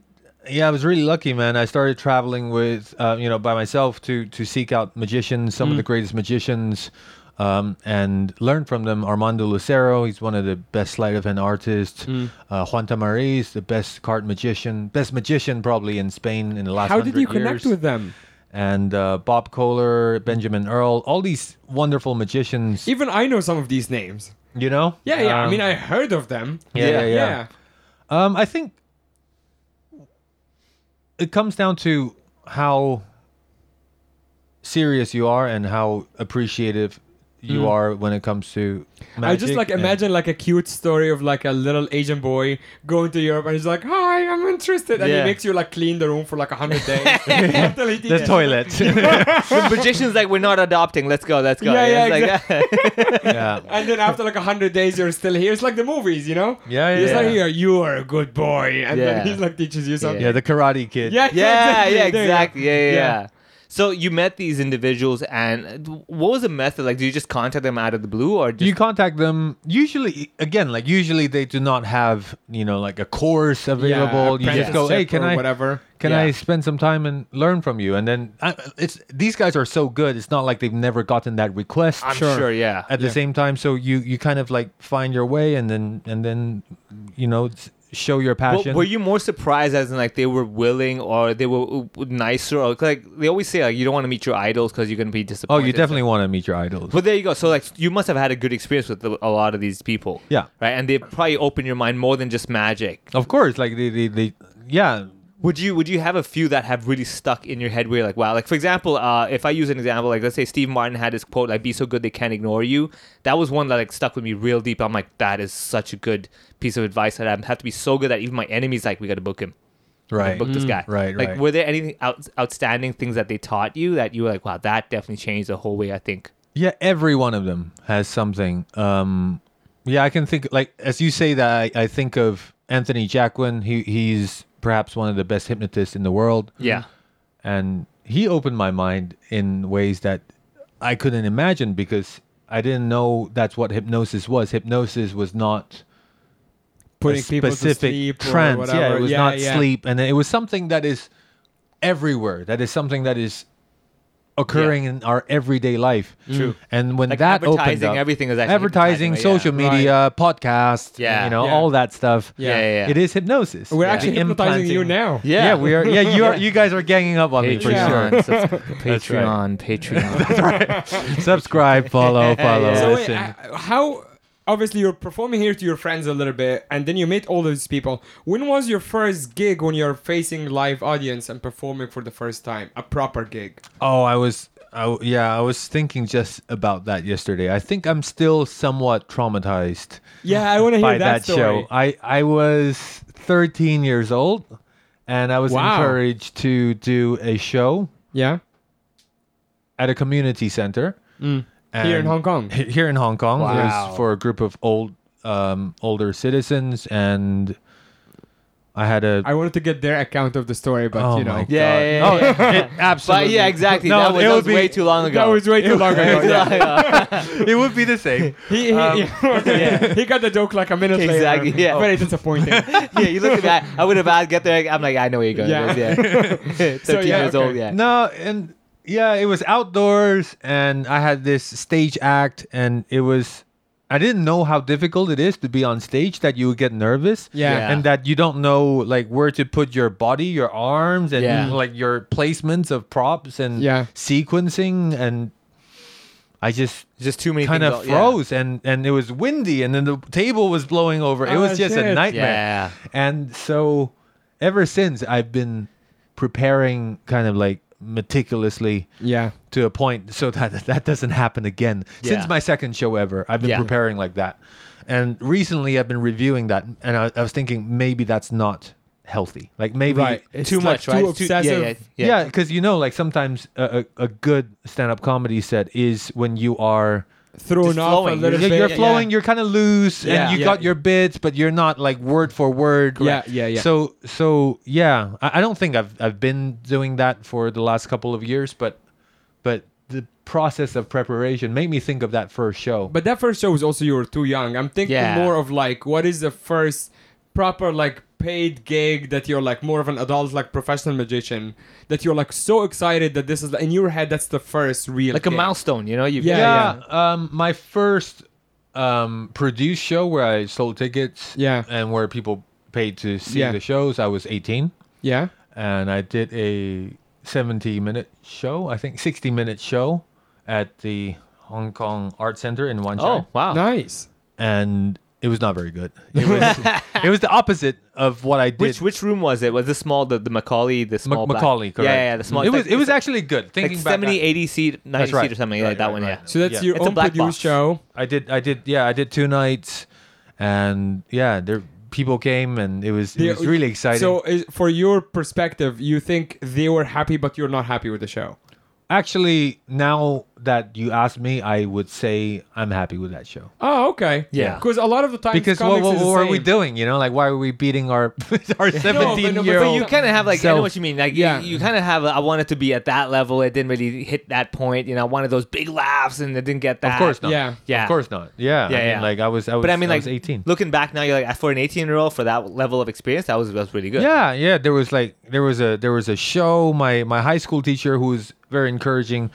Speaker 5: Yeah, I was really lucky, man. I started traveling with, uh, you know, by myself to to seek out magicians, some of
Speaker 3: Mm.
Speaker 5: the greatest magicians, um, and learn from them. Armando Lucero, he's one of the best sleight of hand artists.
Speaker 3: Mm.
Speaker 5: Uh, Juan Tamariz, the best card magician, best magician probably in Spain in the last.
Speaker 3: How did
Speaker 5: 100
Speaker 3: you connect
Speaker 5: years
Speaker 3: with them?
Speaker 5: and uh, Bob Kohler, Benjamin Earl, all these wonderful magicians.
Speaker 3: Even I know some of these names.
Speaker 5: You know?
Speaker 3: Yeah, yeah. I
Speaker 5: Um,
Speaker 3: mean, I heard of them.
Speaker 5: yeah, yeah,
Speaker 4: Yeah.
Speaker 5: yeah. Um, I think it comes down to how serious you are and how appreciative you are when it comes to magic.
Speaker 3: Mm. I just like
Speaker 5: and-
Speaker 3: imagine like a cute story of like a little Asian boy going to Europe and he's like, "Hi, I'm interested," and
Speaker 4: Yeah.
Speaker 3: he makes you like clean the room for like a hundred days. Until he
Speaker 5: the
Speaker 3: teaches-
Speaker 5: toilet.
Speaker 4: The magician's like, we're not adopting. Let's go. Let's go.
Speaker 3: Yeah,
Speaker 4: And
Speaker 3: yeah,
Speaker 4: it's like,
Speaker 5: yeah.
Speaker 3: And then after like a hundred days, you're still here. It's like the movies, you know?
Speaker 5: Yeah, yeah,
Speaker 3: It's like
Speaker 5: yeah.
Speaker 3: here, you are a good boy, and
Speaker 4: Yeah.
Speaker 3: then he's like teaches you something.
Speaker 5: Yeah, the Karate Kid.
Speaker 3: Yeah,
Speaker 4: yeah, yeah,
Speaker 3: There you go.
Speaker 4: exactly. Yeah, yeah,
Speaker 3: Yeah.
Speaker 4: yeah. So you met these individuals, and uh, what was the method? Like, do you just contact them out of the blue, or just
Speaker 5: you contact them usually again like usually they do not have you know like a course
Speaker 3: Yeah,
Speaker 5: available you just go
Speaker 3: apprenticeship
Speaker 5: hey can
Speaker 3: or
Speaker 5: i
Speaker 3: whatever?
Speaker 5: can
Speaker 4: Yeah.
Speaker 5: i spend some time and learn from you and then I, it's these guys are so good it's not like they've never gotten that request
Speaker 4: I'm sure, yeah.
Speaker 5: at the same time so you you kind of like find your way and then and then you know s- show your
Speaker 4: Well,
Speaker 5: passion
Speaker 4: were you more surprised as in like they were willing or they were uh, nicer? Or, like they always say, like you don't want to meet your idols because you're gonna be
Speaker 5: oh
Speaker 4: disappointed.
Speaker 5: you definitely want to meet your idols
Speaker 4: But there you go. So like you must have had a good experience with a lot of these people.
Speaker 5: Yeah.
Speaker 4: Right, and they probably opened your mind more than just magic.
Speaker 5: of course like they, they they yeah
Speaker 4: Would you Would you have a few that have really stuck in your head where you're like, wow, like for example, uh, if I use an example, like let's say Steve Martin had his quote, like "Be so good they can't ignore you." That was one that like stuck with me real deep. I'm like, that is such a good piece of advice that I have to be so good that even my enemies like, we got to book him.
Speaker 5: right
Speaker 4: book this guy.
Speaker 5: Mm. right,
Speaker 4: Like,
Speaker 5: right.
Speaker 4: were there anything out, outstanding things that they taught you that you were like, wow, that definitely changed the whole way I think?
Speaker 5: Yeah, every one of them has something. Um, yeah, I can think like as you say that, I, I think of Anthony Jacquin. He he's perhaps one of the best hypnotists in the world.
Speaker 4: Yeah.
Speaker 5: and he opened my mind in ways that I couldn't imagine because I didn't know that's what hypnosis was. Hypnosis was not
Speaker 3: Putting
Speaker 5: a
Speaker 3: people to
Speaker 5: specific
Speaker 3: sleep or
Speaker 5: trance.
Speaker 3: whatever.
Speaker 5: Yeah, it was
Speaker 3: yeah,
Speaker 5: not
Speaker 3: yeah.
Speaker 5: sleep, and it was something that is everywhere. That is something that is occurring in our everyday life.
Speaker 3: Mm.
Speaker 4: True.
Speaker 5: And when
Speaker 4: Like
Speaker 5: that opened
Speaker 4: advertising,
Speaker 5: up,
Speaker 4: everything is actually
Speaker 5: advertising,
Speaker 4: hypnotizing, right?
Speaker 5: social
Speaker 3: Yeah.
Speaker 5: media, podcast,
Speaker 4: Yeah.
Speaker 5: you know,
Speaker 3: Yeah.
Speaker 5: all that stuff.
Speaker 3: Yeah. Yeah,
Speaker 4: yeah, yeah.
Speaker 5: It is hypnosis.
Speaker 3: We're
Speaker 5: Yeah.
Speaker 3: actually
Speaker 5: The
Speaker 3: hypnotizing you
Speaker 5: implanting-
Speaker 3: now.
Speaker 5: Yeah. we are. Yeah, you are. You guys are ganging up on me for
Speaker 4: Patreon,
Speaker 5: sure.
Speaker 4: subs-
Speaker 5: That's right.
Speaker 4: Patreon, Patreon.
Speaker 5: Subscribe, follow, follow.
Speaker 3: So wait,
Speaker 5: listen.
Speaker 3: uh, how? Obviously, you're performing here to your friends a little bit, and then you meet all these people. When was your first gig when you're facing live audience and performing for the first time, a proper gig?
Speaker 5: Oh, I was, I w yeah, I was thinking just about that yesterday. I think I'm still somewhat traumatized
Speaker 3: Yeah, I want to hear
Speaker 5: by
Speaker 3: that,
Speaker 5: that,
Speaker 3: story.
Speaker 5: show. uh, I, I was 13 years old, and I was
Speaker 3: Wow.
Speaker 5: encouraged to do a show
Speaker 3: yeah,
Speaker 5: at a community center and-
Speaker 3: Mm. Here in Hong Kong?
Speaker 5: he- Here in Hong Kong, it
Speaker 4: Wow.
Speaker 5: was for a group of old, um, older citizens, and I had a
Speaker 3: I wanted to get their account of the story, but
Speaker 5: oh
Speaker 3: you
Speaker 5: my
Speaker 3: know,
Speaker 5: god,
Speaker 4: Yeah, yeah, yeah,
Speaker 5: Oh, it-
Speaker 4: yeah.
Speaker 5: it absolutely.
Speaker 4: but yeah, exactly.
Speaker 5: No,
Speaker 4: that was,
Speaker 5: it
Speaker 4: that
Speaker 5: would
Speaker 4: was
Speaker 5: be-
Speaker 4: way too long ago.
Speaker 3: that was way too long ago. yeah.
Speaker 5: it would be the same.
Speaker 3: He, he,
Speaker 5: Um,
Speaker 3: he got the joke like a minute
Speaker 4: Exactly,
Speaker 3: later.
Speaker 4: yeah.
Speaker 3: Very disappointing.
Speaker 4: yeah, you look at that. I would have asked, get there. I'm like, I know where you're going.
Speaker 3: Yeah.
Speaker 4: Yeah. yeah. 13
Speaker 3: So, yeah,
Speaker 4: years
Speaker 3: okay.
Speaker 4: old, yeah.
Speaker 5: No, and yeah, it was outdoors, and I had this stage act, and it was. I didn't know how difficult it is to be on stage that you would get nervous.
Speaker 3: Yeah.
Speaker 4: Yeah.
Speaker 5: And that you don't know like where to put your body, your arms and
Speaker 4: Yeah.
Speaker 5: like your placements of props and
Speaker 3: Yeah.
Speaker 5: sequencing and I just
Speaker 4: Just too many
Speaker 5: kind
Speaker 4: things.
Speaker 5: of
Speaker 4: all- yeah.
Speaker 5: froze and and it was windy and then the table was blowing over. It
Speaker 3: Oh,
Speaker 5: was just
Speaker 3: shit.
Speaker 5: a nightmare.
Speaker 4: Yeah.
Speaker 5: And so ever since I've been preparing kind of like meticulously
Speaker 3: yeah.
Speaker 5: to a point so that that doesn't happen again.
Speaker 4: Yeah.
Speaker 5: Since my second show ever, I've been
Speaker 4: Yeah.
Speaker 5: preparing like that. And recently I've been reviewing that and I, I was thinking maybe that's not healthy. Like maybe
Speaker 3: Right. It's
Speaker 4: Too
Speaker 3: like
Speaker 4: much,
Speaker 3: too
Speaker 4: right?
Speaker 3: obsessive.
Speaker 4: yeah, yeah,
Speaker 5: yeah, because you know, like sometimes a, a, a good stand-up comedy set is when you are
Speaker 3: Thrown
Speaker 4: Just
Speaker 3: off a
Speaker 4: flowing.
Speaker 3: little
Speaker 5: you're,
Speaker 3: bit.
Speaker 5: you're flowing, you're kind of loose,
Speaker 4: Yeah.
Speaker 5: and you
Speaker 3: Yeah.
Speaker 5: got your bits, but you're not like word for word.
Speaker 3: Yeah, yeah, yeah.
Speaker 5: So, so yeah, I, I don't think I've I've been doing that for the last couple of years, but but the process of preparation made me think of that first show.
Speaker 3: But that first show was also you were too young. I'm thinking
Speaker 4: Yeah.
Speaker 3: more of like what is the first proper like paid gig that you're like more of an adult like professional magician that you're like so excited that this is in your head that's the first real
Speaker 4: Like a
Speaker 3: gig.
Speaker 4: milestone, you know? You've,
Speaker 3: Yeah.
Speaker 5: yeah, um, my first um produced show where I sold tickets,
Speaker 3: Yeah.
Speaker 5: and where people paid to see
Speaker 3: Yeah.
Speaker 5: the shows. I was 18.
Speaker 3: Yeah.
Speaker 5: and I did a 70 minute show, I think 60 minute show at the Hong Kong Art Center in Wan Chai.
Speaker 4: Oh, wow.
Speaker 3: Nice.
Speaker 5: And it was not very good. It was, it was the opposite of what I did.
Speaker 4: Which which room was it? Was this small, the, the Macaulay, the
Speaker 5: Mac-
Speaker 4: small black-
Speaker 5: Macaulay, correct?
Speaker 4: Yeah, yeah, yeah, the small.
Speaker 5: It
Speaker 4: it's
Speaker 5: was
Speaker 4: like-
Speaker 5: it was
Speaker 4: it's
Speaker 5: actually good.
Speaker 4: like
Speaker 5: Thinking back
Speaker 4: 70,
Speaker 5: now-
Speaker 4: 80 seat, 90
Speaker 5: right.
Speaker 4: seat or something.
Speaker 5: Right,
Speaker 4: yeah, that
Speaker 5: right,
Speaker 4: one,
Speaker 5: right.
Speaker 4: yeah.
Speaker 3: So that's
Speaker 5: Yeah.
Speaker 3: your
Speaker 4: It's a
Speaker 3: own
Speaker 4: black
Speaker 3: produced
Speaker 4: box.
Speaker 3: show.
Speaker 5: I did I did yeah I did two nights, and yeah there people came and it was it
Speaker 3: They-
Speaker 5: was really exciting.
Speaker 3: So, is, for your perspective, you think they were happy, but you're not happy with the show.
Speaker 5: actually now that you ask me, I would say I'm happy with that show.
Speaker 3: Oh, okay.
Speaker 4: Yeah.
Speaker 3: Because a lot of the times,
Speaker 5: because what,
Speaker 3: comics
Speaker 5: what,
Speaker 3: is the
Speaker 5: what are we
Speaker 3: same.
Speaker 5: doing? You know, like why are we beating our our seventeen
Speaker 3: no, but
Speaker 5: year
Speaker 4: But
Speaker 5: old?
Speaker 4: you kind of have like I know
Speaker 5: self.
Speaker 4: what you mean. Like
Speaker 3: Yeah.
Speaker 4: yeah. you, kind of have. a, I wanted to be at that level. It didn't really hit that point. You know, I wanted those big laughs, and I didn't get that.
Speaker 5: of course not.
Speaker 3: Yeah.
Speaker 4: Yeah.
Speaker 5: of course not. Yeah,
Speaker 4: Yeah,
Speaker 5: I mean,
Speaker 4: yeah.
Speaker 5: Like I was, I was,
Speaker 4: But I mean, like
Speaker 5: was eighteen.
Speaker 4: Looking back now, you're like for an 18 year old for that level of experience, that was that was really good.
Speaker 5: Yeah, yeah. There was like there was a there was a show. My my high school teacher, who was very encouraging,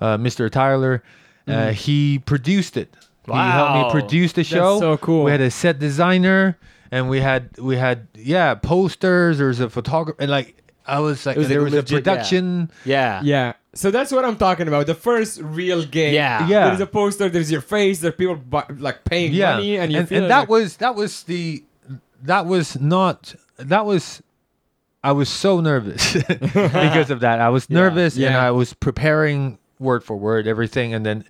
Speaker 5: uh, Mr. Tyler, uh, he produced it. He
Speaker 4: Mm-hmm. Wow.
Speaker 5: helped me produce the show.
Speaker 3: so cool.
Speaker 5: We had a set designer, and we had we had yeah posters. There was a photographer, and like I was like
Speaker 4: was,
Speaker 5: there
Speaker 4: like,
Speaker 5: was a
Speaker 4: legit, yeah.
Speaker 5: production.
Speaker 4: Yeah.
Speaker 3: Yeah. So that's what I'm talking about. The first real game.
Speaker 4: Yeah.
Speaker 5: Yeah.
Speaker 3: There's a poster. There's your face. There's people bu- like paying money, and you
Speaker 5: and,
Speaker 3: feel
Speaker 5: and that
Speaker 3: like,
Speaker 5: was that was the that was not that was I was so nervous because of that. I was nervous and
Speaker 3: Yeah.
Speaker 5: I was preparing word for word everything, and then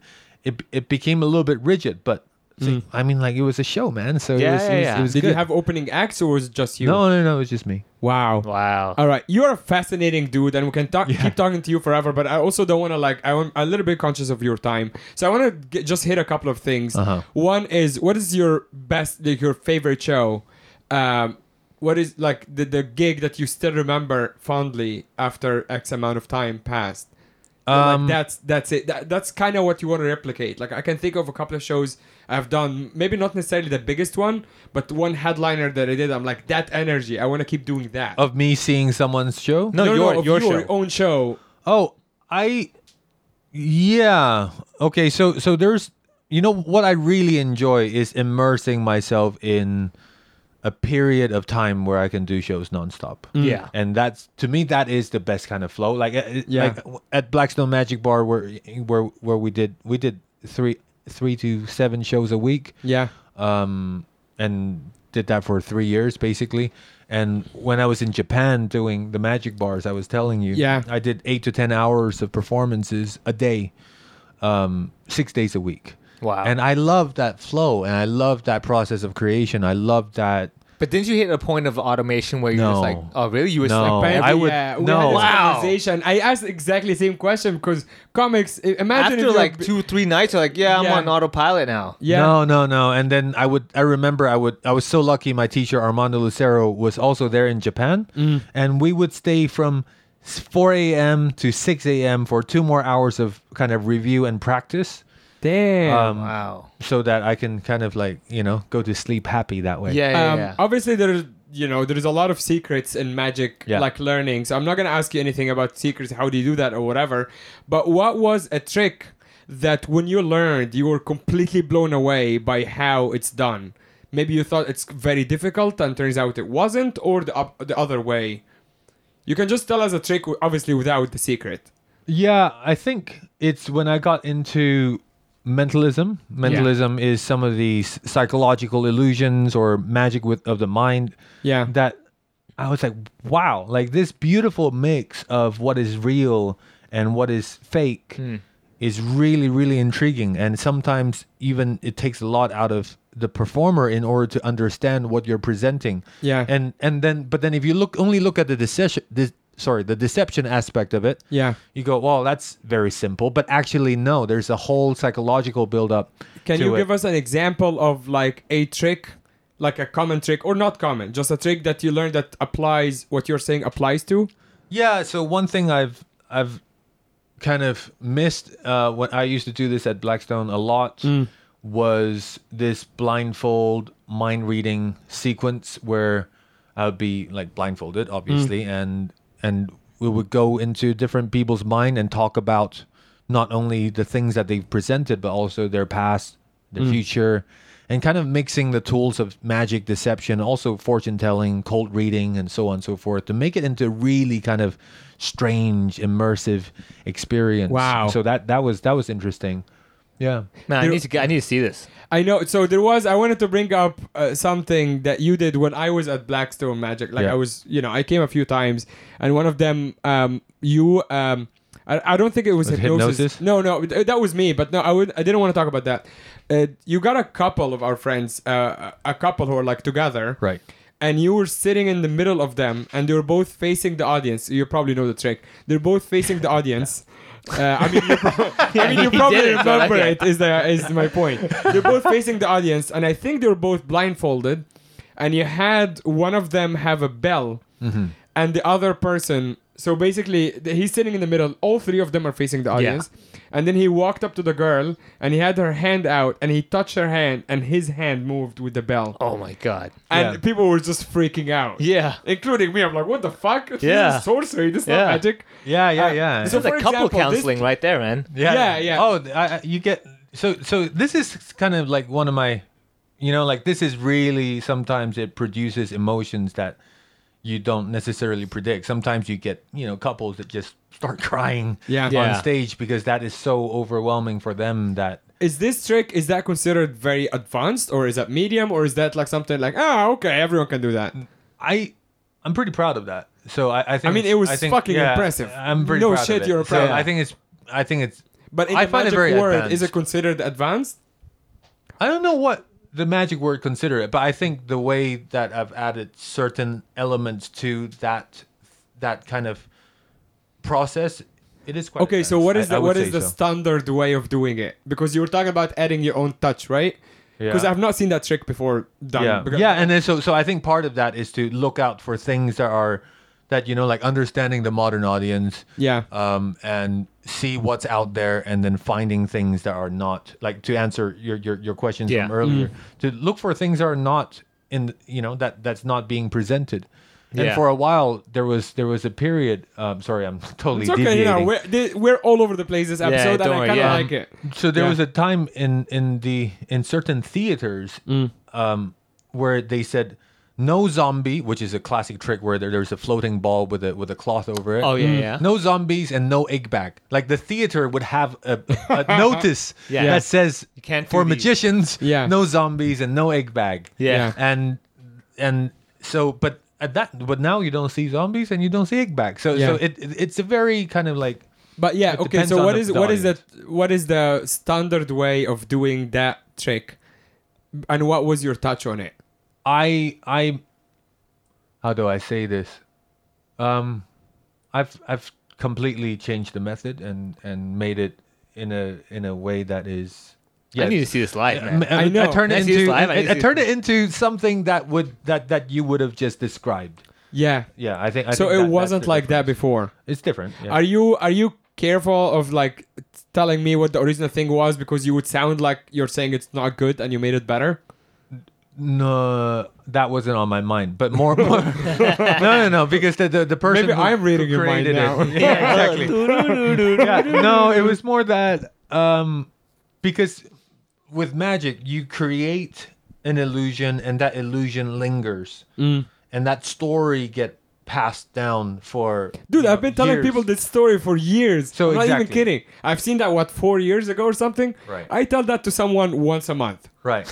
Speaker 5: it it became a little bit rigid. But
Speaker 3: Mm.
Speaker 5: I mean, like it was a show, man. So
Speaker 4: Yeah,
Speaker 5: it was, it
Speaker 4: yeah,
Speaker 5: was,
Speaker 4: yeah.
Speaker 5: It was
Speaker 3: Did you
Speaker 5: good.
Speaker 3: have opening acts, or was it just you?
Speaker 5: no, no, no. It was just me.
Speaker 3: Wow.
Speaker 4: Wow.
Speaker 5: Uh,
Speaker 3: All right, you're a fascinating dude, and we can talk, keep talking to you forever. But I also don't want to like I'm a little bit conscious of your time, so I want to just hit a couple of things.
Speaker 5: Uh-huh.
Speaker 3: One is what is your best, like, your favorite show? Um, what is like the, the gig that you still remember fondly after X amount of time passed? So, like,
Speaker 5: Um,
Speaker 3: that's that's it. That, that's kind of what you want to replicate. Like I can think of a couple of shows I've done, maybe not necessarily the biggest one, but one headliner that I did. I'm like that energy. I want to keep doing that.
Speaker 5: Of me seeing someone's show.
Speaker 4: No, your
Speaker 3: of
Speaker 4: your show.
Speaker 3: own show.
Speaker 5: Oh, I Yeah. Okay. So so there's you know what I really enjoy is immersing myself in a period of time where I can do shows nonstop.
Speaker 4: Yeah.
Speaker 5: And that's to me that is the best kind of flow. Like uh,
Speaker 3: Yeah.
Speaker 5: like at Blackstone Magic Bar where where where we did we did three three to seven shows a week
Speaker 3: Yeah.
Speaker 5: um, and did that for three years basically. And when I was in Japan doing the magic bars, I was telling you,
Speaker 3: Yeah.
Speaker 5: I did eight to ten hours of performances a day, um, six days a week.
Speaker 4: Wow.
Speaker 5: And I love that flow, and I love that process of creation. I love that.
Speaker 4: But didn't you hit a point of automation where you're just
Speaker 5: No.
Speaker 4: like, oh, really? You were
Speaker 5: No.
Speaker 4: just like,
Speaker 5: I would-
Speaker 3: yeah, we
Speaker 5: no.
Speaker 3: had this
Speaker 4: Wow.
Speaker 3: conversation. I asked exactly the same question because comics. i- Imagine if
Speaker 4: after
Speaker 3: you're
Speaker 4: like
Speaker 3: b-
Speaker 4: two, three nights, you're like, yeah, I'm
Speaker 3: Yeah.
Speaker 4: on autopilot now.
Speaker 3: Yeah.
Speaker 5: No, no, no. And then I would. I remember I would. I was so lucky. My teacher Armando Lucero was also there in Japan,
Speaker 3: Mm.
Speaker 5: and we would stay from. s- 4 a.m. to 6 a.m. for two more hours of kind of review and practice.
Speaker 3: Damn.
Speaker 5: Um,
Speaker 4: Wow.
Speaker 5: so that I can kind of like you know go to sleep happy that way.
Speaker 4: Yeah, yeah,
Speaker 3: um,
Speaker 4: yeah.
Speaker 3: Obviously, there's you know there's a lot of secrets in magic,
Speaker 5: Yeah.
Speaker 3: like learning. So I'm not gonna ask you anything about secrets, how do you do that, or whatever. But what was a trick that when you learned, you were completely blown away by how it's done? Maybe you thought it's very difficult, and turns out it wasn't, or the op- the other way. You can just tell us a trick, w- obviously, without the secret.
Speaker 5: Yeah, I think it's when I got into mentalism. Mentalism is some of these psychological illusions or magic with of the mind.
Speaker 3: Yeah.
Speaker 5: That I was like, wow, like this beautiful mix of what is real and what is fake
Speaker 3: Hmm.
Speaker 5: is really, really intriguing. And sometimes even it takes a lot out of the performer in order to understand what you're presenting.
Speaker 3: Yeah.
Speaker 5: And and then but then if you look only look at the deception this sorry, the deception aspect of it,
Speaker 3: Yeah.
Speaker 5: you go, well, that's very simple. But actually, no, there's a whole psychological buildup.
Speaker 3: Can
Speaker 5: to
Speaker 3: you
Speaker 5: it.
Speaker 3: give us an example of like a trick, like a common trick or not common, just a trick that you learned that applies what you're saying applies to?
Speaker 5: Yeah. So one thing I've I've kind of missed uh, when I used to do this at Blackstone a lot was this blindfold mind reading sequence where I would be like blindfolded, obviously, and and we would go into different people's mind and talk about not only the things that they've presented but also their past,
Speaker 3: Mm.
Speaker 5: their future. And kind of mixing the tools of magic, deception, also fortune telling, cold reading, and so on and so forth to make it into really kind of strange, immersive experience.
Speaker 3: Wow.
Speaker 5: So that that was that was interesting. Yeah.
Speaker 4: Man, I need, to get, I need to see this.
Speaker 3: I know. So there was. I wanted to bring up uh, something that you did when I was at Blackstone Magic. Like
Speaker 5: Yeah.
Speaker 3: I was, you know, I came a few times, and one of them, um, you, um, I, I don't think it was
Speaker 5: Was it
Speaker 3: hypnosis.
Speaker 5: hypnosis?
Speaker 3: No, no, th- that was me. But no, I would. I didn't want to talk about that. Uh, you got a couple of our friends, uh, a couple who are like together,
Speaker 5: Right.
Speaker 3: And you were sitting in the middle of them, and they were both facing the audience. You probably know the trick. They're both facing the audience. Uh, I mean, you pro- I mean, you
Speaker 4: He
Speaker 3: probably
Speaker 4: did it, so I like
Speaker 3: remember
Speaker 4: it.
Speaker 3: it. Is the is my point? They're both facing the audience, and I think they were both blindfolded, and you had one of them have a bell,
Speaker 4: Mm-hmm.
Speaker 3: and the other person. So basically, th- he's sitting in the middle. All three of them are facing the audience, and then he walked up to the girl, and he had her hand out, and he touched her hand, and his hand moved with the bell,
Speaker 4: Oh my God.
Speaker 3: and
Speaker 5: yeah.
Speaker 3: people were just freaking out.
Speaker 4: Yeah.
Speaker 3: Including me, I'm like, what the fuck? This
Speaker 4: Yeah.
Speaker 3: is sorcery. This is
Speaker 4: Yeah.
Speaker 3: not magic.
Speaker 5: Yeah, yeah,
Speaker 3: Uh,
Speaker 5: yeah.
Speaker 3: so
Speaker 4: That's
Speaker 3: for
Speaker 4: a couple
Speaker 3: example, this-
Speaker 4: counseling right there, man.
Speaker 3: Yeah, yeah.
Speaker 5: Oh, th- I, I- you get so so. This is kind of like one of my, you know, like this is really sometimes it produces emotions that you don't necessarily predict. Sometimes you get you know couples that just start crying
Speaker 3: Yeah.
Speaker 5: on
Speaker 4: Yeah.
Speaker 5: stage because that is so overwhelming for them that
Speaker 3: Is this trick is that considered very advanced or is that medium or is that like something like ah okay everyone can do that?
Speaker 5: I I'm pretty proud of that. So I, I think
Speaker 3: mean,
Speaker 5: it's-
Speaker 3: it was
Speaker 5: I think-
Speaker 3: fucking
Speaker 5: yeah,
Speaker 3: impressive.
Speaker 5: I'm pretty
Speaker 3: No
Speaker 5: proud of
Speaker 3: shit,
Speaker 5: it.
Speaker 3: you're
Speaker 5: So
Speaker 3: proud.
Speaker 5: I think it's I think it's
Speaker 3: But in
Speaker 5: I
Speaker 3: the
Speaker 5: find it
Speaker 3: magic
Speaker 5: very
Speaker 3: word, is
Speaker 5: advanced.
Speaker 3: it considered advanced?
Speaker 5: I don't know what the magic word consider it, but I think the way that I've added certain elements to that that kind of process, it is quite
Speaker 3: Okay, so what is
Speaker 5: advanced. I-
Speaker 3: the
Speaker 5: I would
Speaker 3: what is
Speaker 5: say
Speaker 3: the
Speaker 5: so.
Speaker 3: standard way of doing it? Because you were talking about adding your own touch, right? Because
Speaker 5: Yeah.
Speaker 3: I've not seen that trick before done.
Speaker 5: yeah,
Speaker 3: Because-
Speaker 5: yeah, and then so so I think part of that is to look out for things that are that you know like understanding the modern audience,
Speaker 3: yeah.
Speaker 5: um, and see what's out there, and then finding things that are not like to answer your your, your questions
Speaker 4: Yeah.
Speaker 3: Mm.
Speaker 5: from earlier. To look for things that are not in you know that that's not being presented, And
Speaker 4: Yeah.
Speaker 5: for a while, there was there was a period. Um, sorry, I'm totally
Speaker 3: It's okay, you
Speaker 5: deviating.
Speaker 3: know, we're, th- we're all over the place this episode, and I
Speaker 4: don't
Speaker 3: kind
Speaker 4: worry,
Speaker 3: of
Speaker 4: yeah.
Speaker 3: like it.
Speaker 5: so there
Speaker 3: Yeah.
Speaker 5: was a time in in the in certain theaters
Speaker 4: Mm.
Speaker 5: um, where they said no zombie, which is a classic trick where there, there's a floating ball with a with a cloth over it.
Speaker 4: Oh, yeah, Mm. yeah.
Speaker 5: No zombies and no egg bag. Like the theater would have a, a notice
Speaker 4: Yeah.
Speaker 5: that says you
Speaker 4: can't
Speaker 5: for
Speaker 4: do these."
Speaker 5: magicians,
Speaker 3: Yeah.
Speaker 5: no zombies and no egg bag.
Speaker 4: Yeah.
Speaker 5: and and so but. At that, but now you don't see zombies and you don't see egg bag. So, so
Speaker 3: Yeah.
Speaker 5: it, it it's a very kind of like
Speaker 3: But yeah,
Speaker 5: It
Speaker 3: okay.
Speaker 5: depends
Speaker 3: So
Speaker 5: on
Speaker 3: what
Speaker 5: the-
Speaker 3: is
Speaker 5: the
Speaker 3: what is that? What is the standard way of doing that trick? And what was your touch on it?
Speaker 5: I I how do I say this? Um I've I've completely changed the method and and made it in a in a way that is
Speaker 4: I need to see this live, man.
Speaker 3: I
Speaker 5: I,
Speaker 3: know.
Speaker 5: turn it
Speaker 4: Let's use
Speaker 5: into
Speaker 4: live, I
Speaker 5: I,
Speaker 4: need to
Speaker 5: I
Speaker 4: see
Speaker 5: turn
Speaker 4: this.
Speaker 5: it into something that would that that you would have just described.
Speaker 3: Yeah.
Speaker 5: Yeah, I think. I
Speaker 3: so
Speaker 5: think
Speaker 3: it
Speaker 5: that-
Speaker 3: wasn't
Speaker 5: that's the
Speaker 3: like that
Speaker 5: difference.
Speaker 3: before.
Speaker 5: It's different. Yeah.
Speaker 3: Are you are you careful of like telling me what the original thing was because you would sound like you're saying it's not good and you made it better?
Speaker 5: no, that wasn't on my mind. But more, more no, no, no, because the the, the person
Speaker 3: Maybe
Speaker 5: who-
Speaker 3: I'm reading
Speaker 5: who
Speaker 3: your mind
Speaker 5: created
Speaker 3: now.
Speaker 5: It, yeah, exactly. yeah, no, it was more that um, because with magic you create an illusion, and that illusion lingers, and that story get passed down for
Speaker 3: Dude,
Speaker 5: you know,
Speaker 3: I've been telling
Speaker 5: years.
Speaker 3: people this story for years.
Speaker 5: So
Speaker 3: I'm not even
Speaker 5: exactly.
Speaker 3: kidding. I've seen that what four years ago or something.
Speaker 5: Right.
Speaker 3: I tell that to someone once a month.
Speaker 5: right.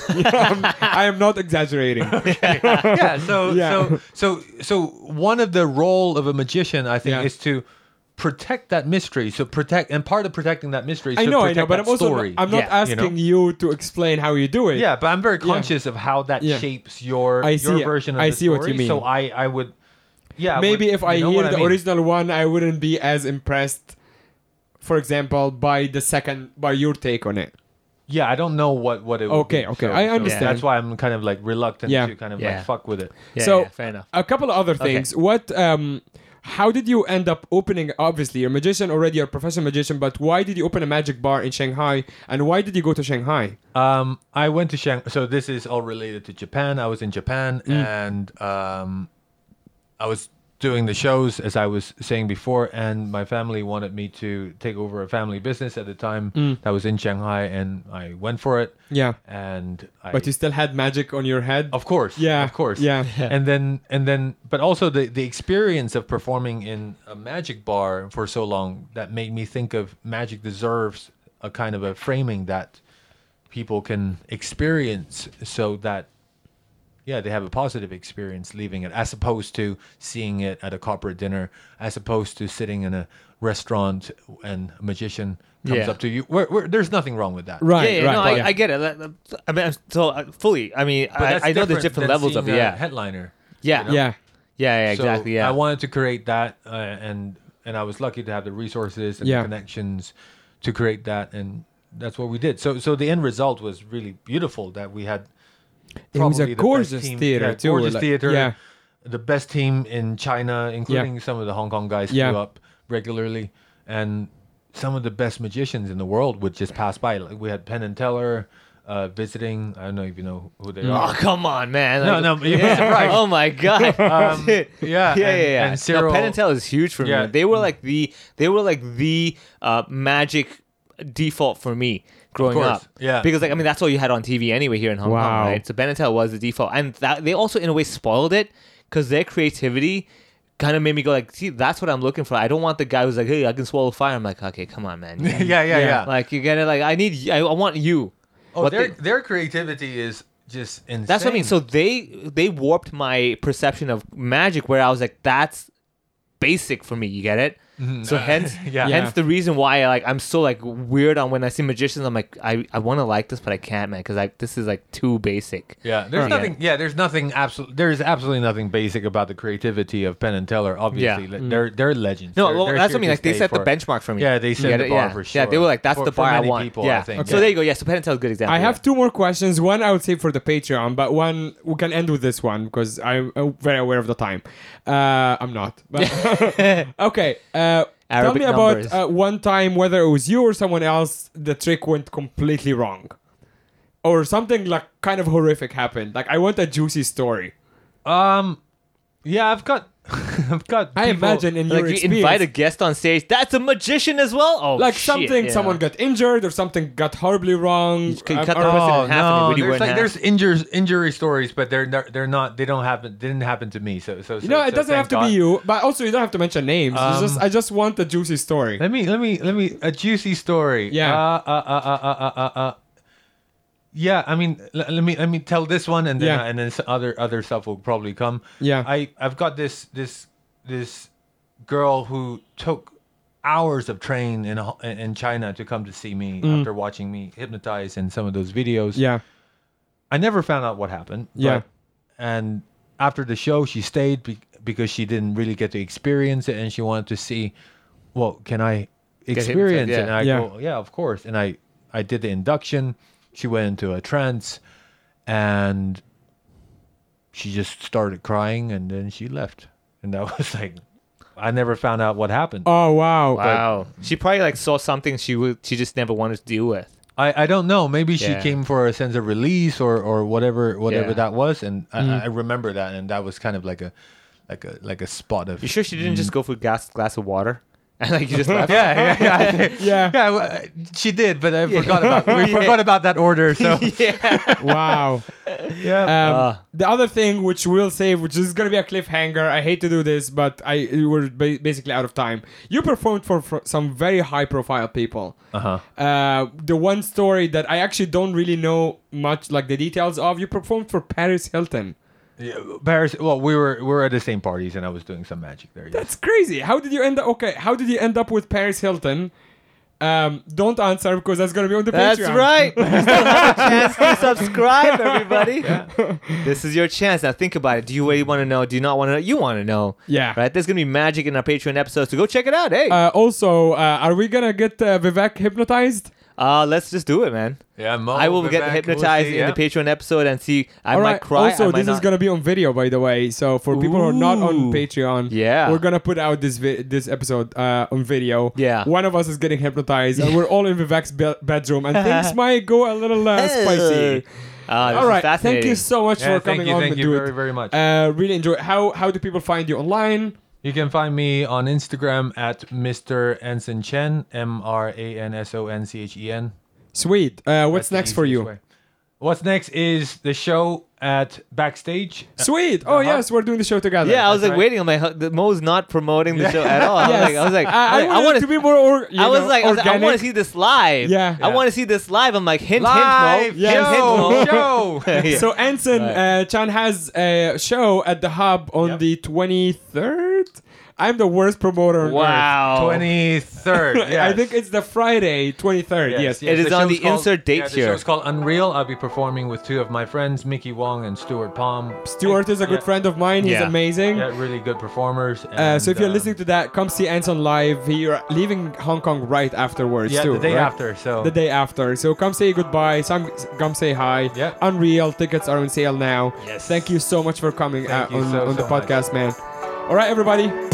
Speaker 3: I am not exaggerating.
Speaker 5: yeah. So
Speaker 3: Yeah.
Speaker 5: so so so one of the role of a magician, I think,
Speaker 3: Yeah.
Speaker 5: is to protect that mystery. So protect, and part of protecting that mystery, is
Speaker 3: I
Speaker 5: to
Speaker 3: know, I
Speaker 5: protect
Speaker 3: know, but
Speaker 5: that
Speaker 3: I'm also
Speaker 5: story.
Speaker 3: I'm not
Speaker 4: Yeah,
Speaker 5: you
Speaker 3: asking
Speaker 5: know?
Speaker 3: you, to explain how you do it.
Speaker 5: yeah, but I'm very conscious of how that
Speaker 3: Yeah.
Speaker 5: shapes your
Speaker 3: I see
Speaker 5: your
Speaker 3: it.
Speaker 5: version of
Speaker 3: I
Speaker 5: the
Speaker 3: see what
Speaker 5: story.
Speaker 3: you mean.
Speaker 5: So I I would. Yeah, I
Speaker 3: Maybe
Speaker 5: would-
Speaker 3: if I
Speaker 5: you know
Speaker 3: hear
Speaker 5: what
Speaker 3: the
Speaker 5: mean?
Speaker 3: original one, I wouldn't be as impressed. For example, by the second, by your take on it.
Speaker 5: Yeah, I don't know what what it. would
Speaker 3: Okay,
Speaker 5: be.
Speaker 3: okay, I understand.
Speaker 5: that's why I'm kind of like reluctant
Speaker 3: Yeah.
Speaker 5: to kind of
Speaker 4: Yeah.
Speaker 5: like fuck with it.
Speaker 4: Yeah,
Speaker 3: so
Speaker 4: yeah, fair enough.
Speaker 3: a couple of other things. What um how did you end up opening obviously you're a magician already, you're a professional magician, but why did you open a magic bar in Shanghai and why did you go to Shanghai?
Speaker 5: Um, I went to Shang. So this is all related to Japan. I was in Japan,
Speaker 3: Mm.
Speaker 5: and um, I was doing the shows as I was saying before. And my family wanted me to take over a family business at the time that was in Shanghai, and I went for it.
Speaker 3: Mm. Yeah.
Speaker 5: And I,
Speaker 3: But you still had magic on your head?
Speaker 5: of course,
Speaker 3: Yeah,
Speaker 5: of course,
Speaker 3: yeah. Yeah.
Speaker 5: And then and then, but also the the experience of performing in a magic bar for so long that made me think of magic deserves a kind of a framing that people can experience so that yeah they have a positive experience leaving it as opposed to seeing it at a corporate dinner as opposed to sitting in a restaurant and a magician comes
Speaker 4: Yeah.
Speaker 5: up to you where, where, there's nothing wrong with that
Speaker 3: Right,
Speaker 4: yeah, yeah,
Speaker 3: right.
Speaker 4: no, I,
Speaker 3: yeah.
Speaker 4: I get it. Like, I mean, I'm so uh, fully. I mean,
Speaker 5: But
Speaker 4: I,
Speaker 5: that's
Speaker 4: I know there's different
Speaker 5: different than
Speaker 4: levels of it.
Speaker 5: seeing a
Speaker 4: Yeah, yeah,
Speaker 5: headliner
Speaker 4: yeah, yeah,
Speaker 3: yeah.
Speaker 4: yeah,
Speaker 5: So
Speaker 4: exactly. Yeah,
Speaker 5: I wanted to create that, uh, and and I was lucky to have the resources and
Speaker 3: Yeah.
Speaker 5: the connections to create that, and that's what we did. So so the end result was really beautiful that we had.
Speaker 3: It was a
Speaker 5: probably the best
Speaker 3: gorgeous
Speaker 5: team-
Speaker 3: theater
Speaker 5: yeah,
Speaker 3: too,
Speaker 5: Gorgeous
Speaker 3: like-
Speaker 5: theater.
Speaker 3: yeah.
Speaker 5: The best team in China, including some of the Hong Kong guys
Speaker 3: Yeah.
Speaker 5: flew up regularly, and some of the best magicians in the world would just pass by. Like we had Penn and Teller uh, visiting. I don't know if you know who
Speaker 3: Mm.
Speaker 5: they are.
Speaker 4: Oh come on, man!
Speaker 5: No, no, you'd be surprised.
Speaker 4: Oh my god!
Speaker 5: Um,
Speaker 4: Dude. yeah,
Speaker 5: yeah,
Speaker 4: yeah,
Speaker 5: and-
Speaker 4: yeah.
Speaker 5: and Cyril-
Speaker 4: no, Penn and Teller is huge for
Speaker 5: Yeah.
Speaker 4: me. They were like the they were like the uh, magic default for me growing
Speaker 5: course,
Speaker 4: up.
Speaker 5: yeah.
Speaker 4: because like I mean that's all you had on TV anyway here in Hong
Speaker 3: Wow.
Speaker 4: Kong, right? So Penn and Teller was the default, and that they also in a way spoiled it because their creativity. Kind of made me go like, see, that's what I'm looking for. I don't want the guy who's like, hey, I can swallow fire. I'm like, okay, come on, man.
Speaker 5: yeah, yeah, yeah.
Speaker 4: Like you gotta like, I need, I, I want you.
Speaker 5: Oh,
Speaker 4: But
Speaker 5: their
Speaker 4: they-
Speaker 5: their creativity is just insane.
Speaker 4: That's what I mean. So they they warped my perception of magic, where I was like, "That's basic for me." You get it? So hence,
Speaker 5: Mm-hmm. Uh, Yeah.
Speaker 3: Yeah.
Speaker 4: hence the reason why like I'm so like weird on when I see magicians. I'm like, I, I want to like this, but I can't, man, because like this is like too basic.
Speaker 5: yeah, there's
Speaker 4: Right.
Speaker 5: nothing. Yeah, there's nothing. Absolutely, there is absolutely nothing basic about the creativity of Penn and Teller. Obviously,
Speaker 4: Yeah. Mm.
Speaker 5: Le- they're they're legends.
Speaker 4: No,
Speaker 5: They're-
Speaker 4: well,
Speaker 5: they're
Speaker 4: that's what I
Speaker 5: here
Speaker 4: mean.
Speaker 5: to
Speaker 4: Like they
Speaker 5: stay
Speaker 4: set the
Speaker 5: for-
Speaker 4: benchmark for me.
Speaker 5: Yeah, they
Speaker 4: You
Speaker 5: set
Speaker 4: get
Speaker 5: the
Speaker 4: it?
Speaker 5: bar
Speaker 4: yeah.
Speaker 5: for
Speaker 4: Yeah, they
Speaker 5: sure.
Speaker 4: were like, that's
Speaker 5: For-
Speaker 4: the
Speaker 5: for
Speaker 4: bar I
Speaker 5: many
Speaker 4: want.
Speaker 5: people, I
Speaker 4: yeah.
Speaker 5: think.
Speaker 4: So
Speaker 5: Yeah.
Speaker 4: there you go. Yeah. So Penn and Teller's a good example.
Speaker 3: I have
Speaker 4: yeah.
Speaker 3: two more questions. One I would say for the Patreon, but one we can end with this one because I'm uh, very aware of the time. Uh, I'm not. But okay. Uh, tell
Speaker 4: Arabic
Speaker 3: me about
Speaker 4: numbers.
Speaker 3: uh, one time whether it was you or someone else the trick went completely wrong, or something like kind of horrific happened. Like I want a juicy story.
Speaker 5: Um, Yeah, I've got, I've got.
Speaker 3: I
Speaker 5: people-
Speaker 3: imagine in your
Speaker 4: like you
Speaker 3: experience,
Speaker 4: invite a guest on stage. That's a magician as well. Oh,
Speaker 3: like
Speaker 4: shit,
Speaker 3: something
Speaker 4: yeah.
Speaker 3: someone got injured or something got horribly wrong.
Speaker 4: can
Speaker 3: uh,
Speaker 4: cut the
Speaker 3: or-
Speaker 4: person
Speaker 5: Oh
Speaker 4: in half and
Speaker 5: no!
Speaker 4: it really
Speaker 5: There's
Speaker 4: went
Speaker 5: like
Speaker 4: half.
Speaker 5: there's injury injury stories, but they're not, they're not they don't happen didn't happen to me. So so, so
Speaker 3: you know, it
Speaker 5: so
Speaker 3: doesn't have
Speaker 5: thank
Speaker 3: to
Speaker 5: God.
Speaker 3: be you, but also you don't have to mention names. It's
Speaker 5: Um,
Speaker 3: just I just want the juicy story.
Speaker 5: Let me let me let me a juicy story.
Speaker 3: Yeah.
Speaker 5: Uh, uh, uh, uh, uh, uh, uh. Yeah, I mean, l- let me let me tell this one, and then
Speaker 3: Yeah.
Speaker 5: uh, and then s- other other stuff will probably come.
Speaker 3: Yeah.
Speaker 5: I I've got this this this girl who took hours of train in Ho- in China to come to see me after watching me hypnotized in some of those videos.
Speaker 3: Mm. yeah,
Speaker 5: I never found out what happened.
Speaker 3: Yeah.
Speaker 5: but- and after the show, she stayed be- because she didn't really get to experience it, and she wanted to see, well, can I experience it?
Speaker 4: yeah.
Speaker 5: And I
Speaker 3: Yeah.
Speaker 5: go, yeah, of course. And I I did the induction. She went into a trance, and she just started crying, and then she left. And that was like, I never found out what happened.
Speaker 3: Oh wow.
Speaker 4: Wow. She probably like saw something she would she just never wanted to deal with.
Speaker 5: I, I don't know. Maybe she
Speaker 4: Yeah.
Speaker 5: came for a sense of release or, or whatever whatever
Speaker 4: Yeah. Mm.
Speaker 5: that was, and I, I remember that, and that was kind of like a like a like a spot of
Speaker 4: You sure she didn't just go for glass glass of water? And like you just left.
Speaker 5: yeah yeah yeah, I-
Speaker 3: Yeah.
Speaker 5: yeah well, she did, but I forgot about we
Speaker 4: Yeah.
Speaker 5: forgot about that order. So
Speaker 3: wow.
Speaker 5: yeah,
Speaker 3: Um,
Speaker 4: Ah.
Speaker 3: the other thing which we'll save, which is gonna be a cliffhanger. I hate to do this, but I we're ba- basically out of time. You performed for, for some very high-profile people.
Speaker 5: Uh-huh.
Speaker 3: Uh, The one story that I actually don't really know much, like the details of. You performed for Paris Hilton.
Speaker 5: Yeah, Uh, Paris. Well, we were we were at the same parties, and I was doing some magic there. Yes.
Speaker 3: That's crazy. How did you end up? Okay, how did you end up with Paris Hilton? Um, don't answer because that's gonna be on the
Speaker 4: That's
Speaker 3: Patreon.
Speaker 4: right. You still have a chance to subscribe, everybody. This is your chance. Now think about it. Do you really want to know? Do you not want to know? You want to know.
Speaker 3: Yeah.
Speaker 4: Right? There's going to be magic in our Patreon episodes, so go check it out. Hey, uh,
Speaker 3: Uh, also, uh, are we gonna get uh, Vivek hypnotized?
Speaker 4: Uh, let's just do it, man.
Speaker 5: Yeah, Mo
Speaker 4: I will
Speaker 5: will be
Speaker 4: get
Speaker 5: Oh, back. We'll
Speaker 4: hypnotized
Speaker 5: see,
Speaker 4: in
Speaker 5: yeah.
Speaker 4: the Patreon episode and see. I
Speaker 3: All
Speaker 4: might
Speaker 3: right.
Speaker 4: cry. I
Speaker 3: Also,
Speaker 4: might
Speaker 3: this is
Speaker 4: not.
Speaker 3: gonna be on video, by the way. So for people who are not on
Speaker 4: Ooh.
Speaker 3: Patreon,
Speaker 4: Yeah.
Speaker 3: we're gonna put out this vi- this episode uh, on video.
Speaker 4: Yeah.
Speaker 3: one of us is getting hypnotized, and we're all in Vivek's be- bedroom, and things might go a little uh, spicy.
Speaker 4: Ah, this
Speaker 3: All
Speaker 4: is
Speaker 3: right, thank you
Speaker 4: fascinating.
Speaker 3: so much
Speaker 5: Yeah,
Speaker 3: for coming
Speaker 5: thank you,
Speaker 3: on.
Speaker 5: thank
Speaker 3: to
Speaker 5: you
Speaker 3: do it.
Speaker 5: very very much.
Speaker 3: Uh, really enjoy. it. How how do people find you online?
Speaker 5: You can find me on Instagram at Mr. Anson Chen, M R A N S O N C H E N.
Speaker 3: Sweet. Uh,
Speaker 5: That's
Speaker 3: what's
Speaker 5: the
Speaker 3: next for
Speaker 5: easiest
Speaker 3: you?
Speaker 5: way. What's next is the show at Backstage.
Speaker 3: Sweet. Oh yes, we're doing the show together.
Speaker 4: Uh-huh. Yeah, I was
Speaker 5: That's
Speaker 4: like
Speaker 5: right.
Speaker 4: waiting. I'm like, huh, the- Mo's not promoting the show at all. I was
Speaker 3: Yes.
Speaker 4: like, I was like,
Speaker 3: I, I,
Speaker 4: I
Speaker 3: want
Speaker 4: want
Speaker 3: it to be more. Or, you
Speaker 4: I was
Speaker 3: know,
Speaker 4: like, I, was like, I
Speaker 3: organic.
Speaker 4: want to see this live.
Speaker 3: Yeah.
Speaker 4: I
Speaker 3: Yeah.
Speaker 4: want to see this live. I'm like, hint,
Speaker 5: Live
Speaker 4: hint, Mo.
Speaker 3: Yeah.
Speaker 4: Hint, hint, Mo.
Speaker 5: show. show.
Speaker 4: Yeah.
Speaker 3: So Anson uh, Chan has a show at the Hub on
Speaker 5: Yep.
Speaker 3: the twenty third. I'm the worst promoter. on earth.
Speaker 4: wow.
Speaker 5: 23rd.
Speaker 3: I think it's the Friday twenty third. Yes.
Speaker 4: It is on
Speaker 5: show's
Speaker 4: the insert date
Speaker 5: yeah,
Speaker 4: here.
Speaker 5: The show's called Unreal. I'll be performing with two of my friends, Mickey Wong and Stuart Palm.
Speaker 3: Stuart is a good
Speaker 5: Yeah.
Speaker 3: friend of mine. He's
Speaker 4: Yeah.
Speaker 3: amazing.
Speaker 5: Yeah, really good performers.
Speaker 3: Uh, so
Speaker 5: and,
Speaker 3: if you're
Speaker 5: uh,
Speaker 3: listening to that, come see Anson live. You're leaving Hong Kong right afterwards
Speaker 5: yeah,
Speaker 3: too.
Speaker 5: the day
Speaker 3: right?
Speaker 5: after. So
Speaker 3: the day after. So come say goodbye. Some come say hi.
Speaker 5: Yeah.
Speaker 3: Unreal tickets are on sale now.
Speaker 5: Yes.
Speaker 3: Thank you so much for coming uh,
Speaker 5: Thank you
Speaker 3: on,
Speaker 5: so,
Speaker 3: on the
Speaker 5: so much.
Speaker 3: podcast, man. All right, everybody.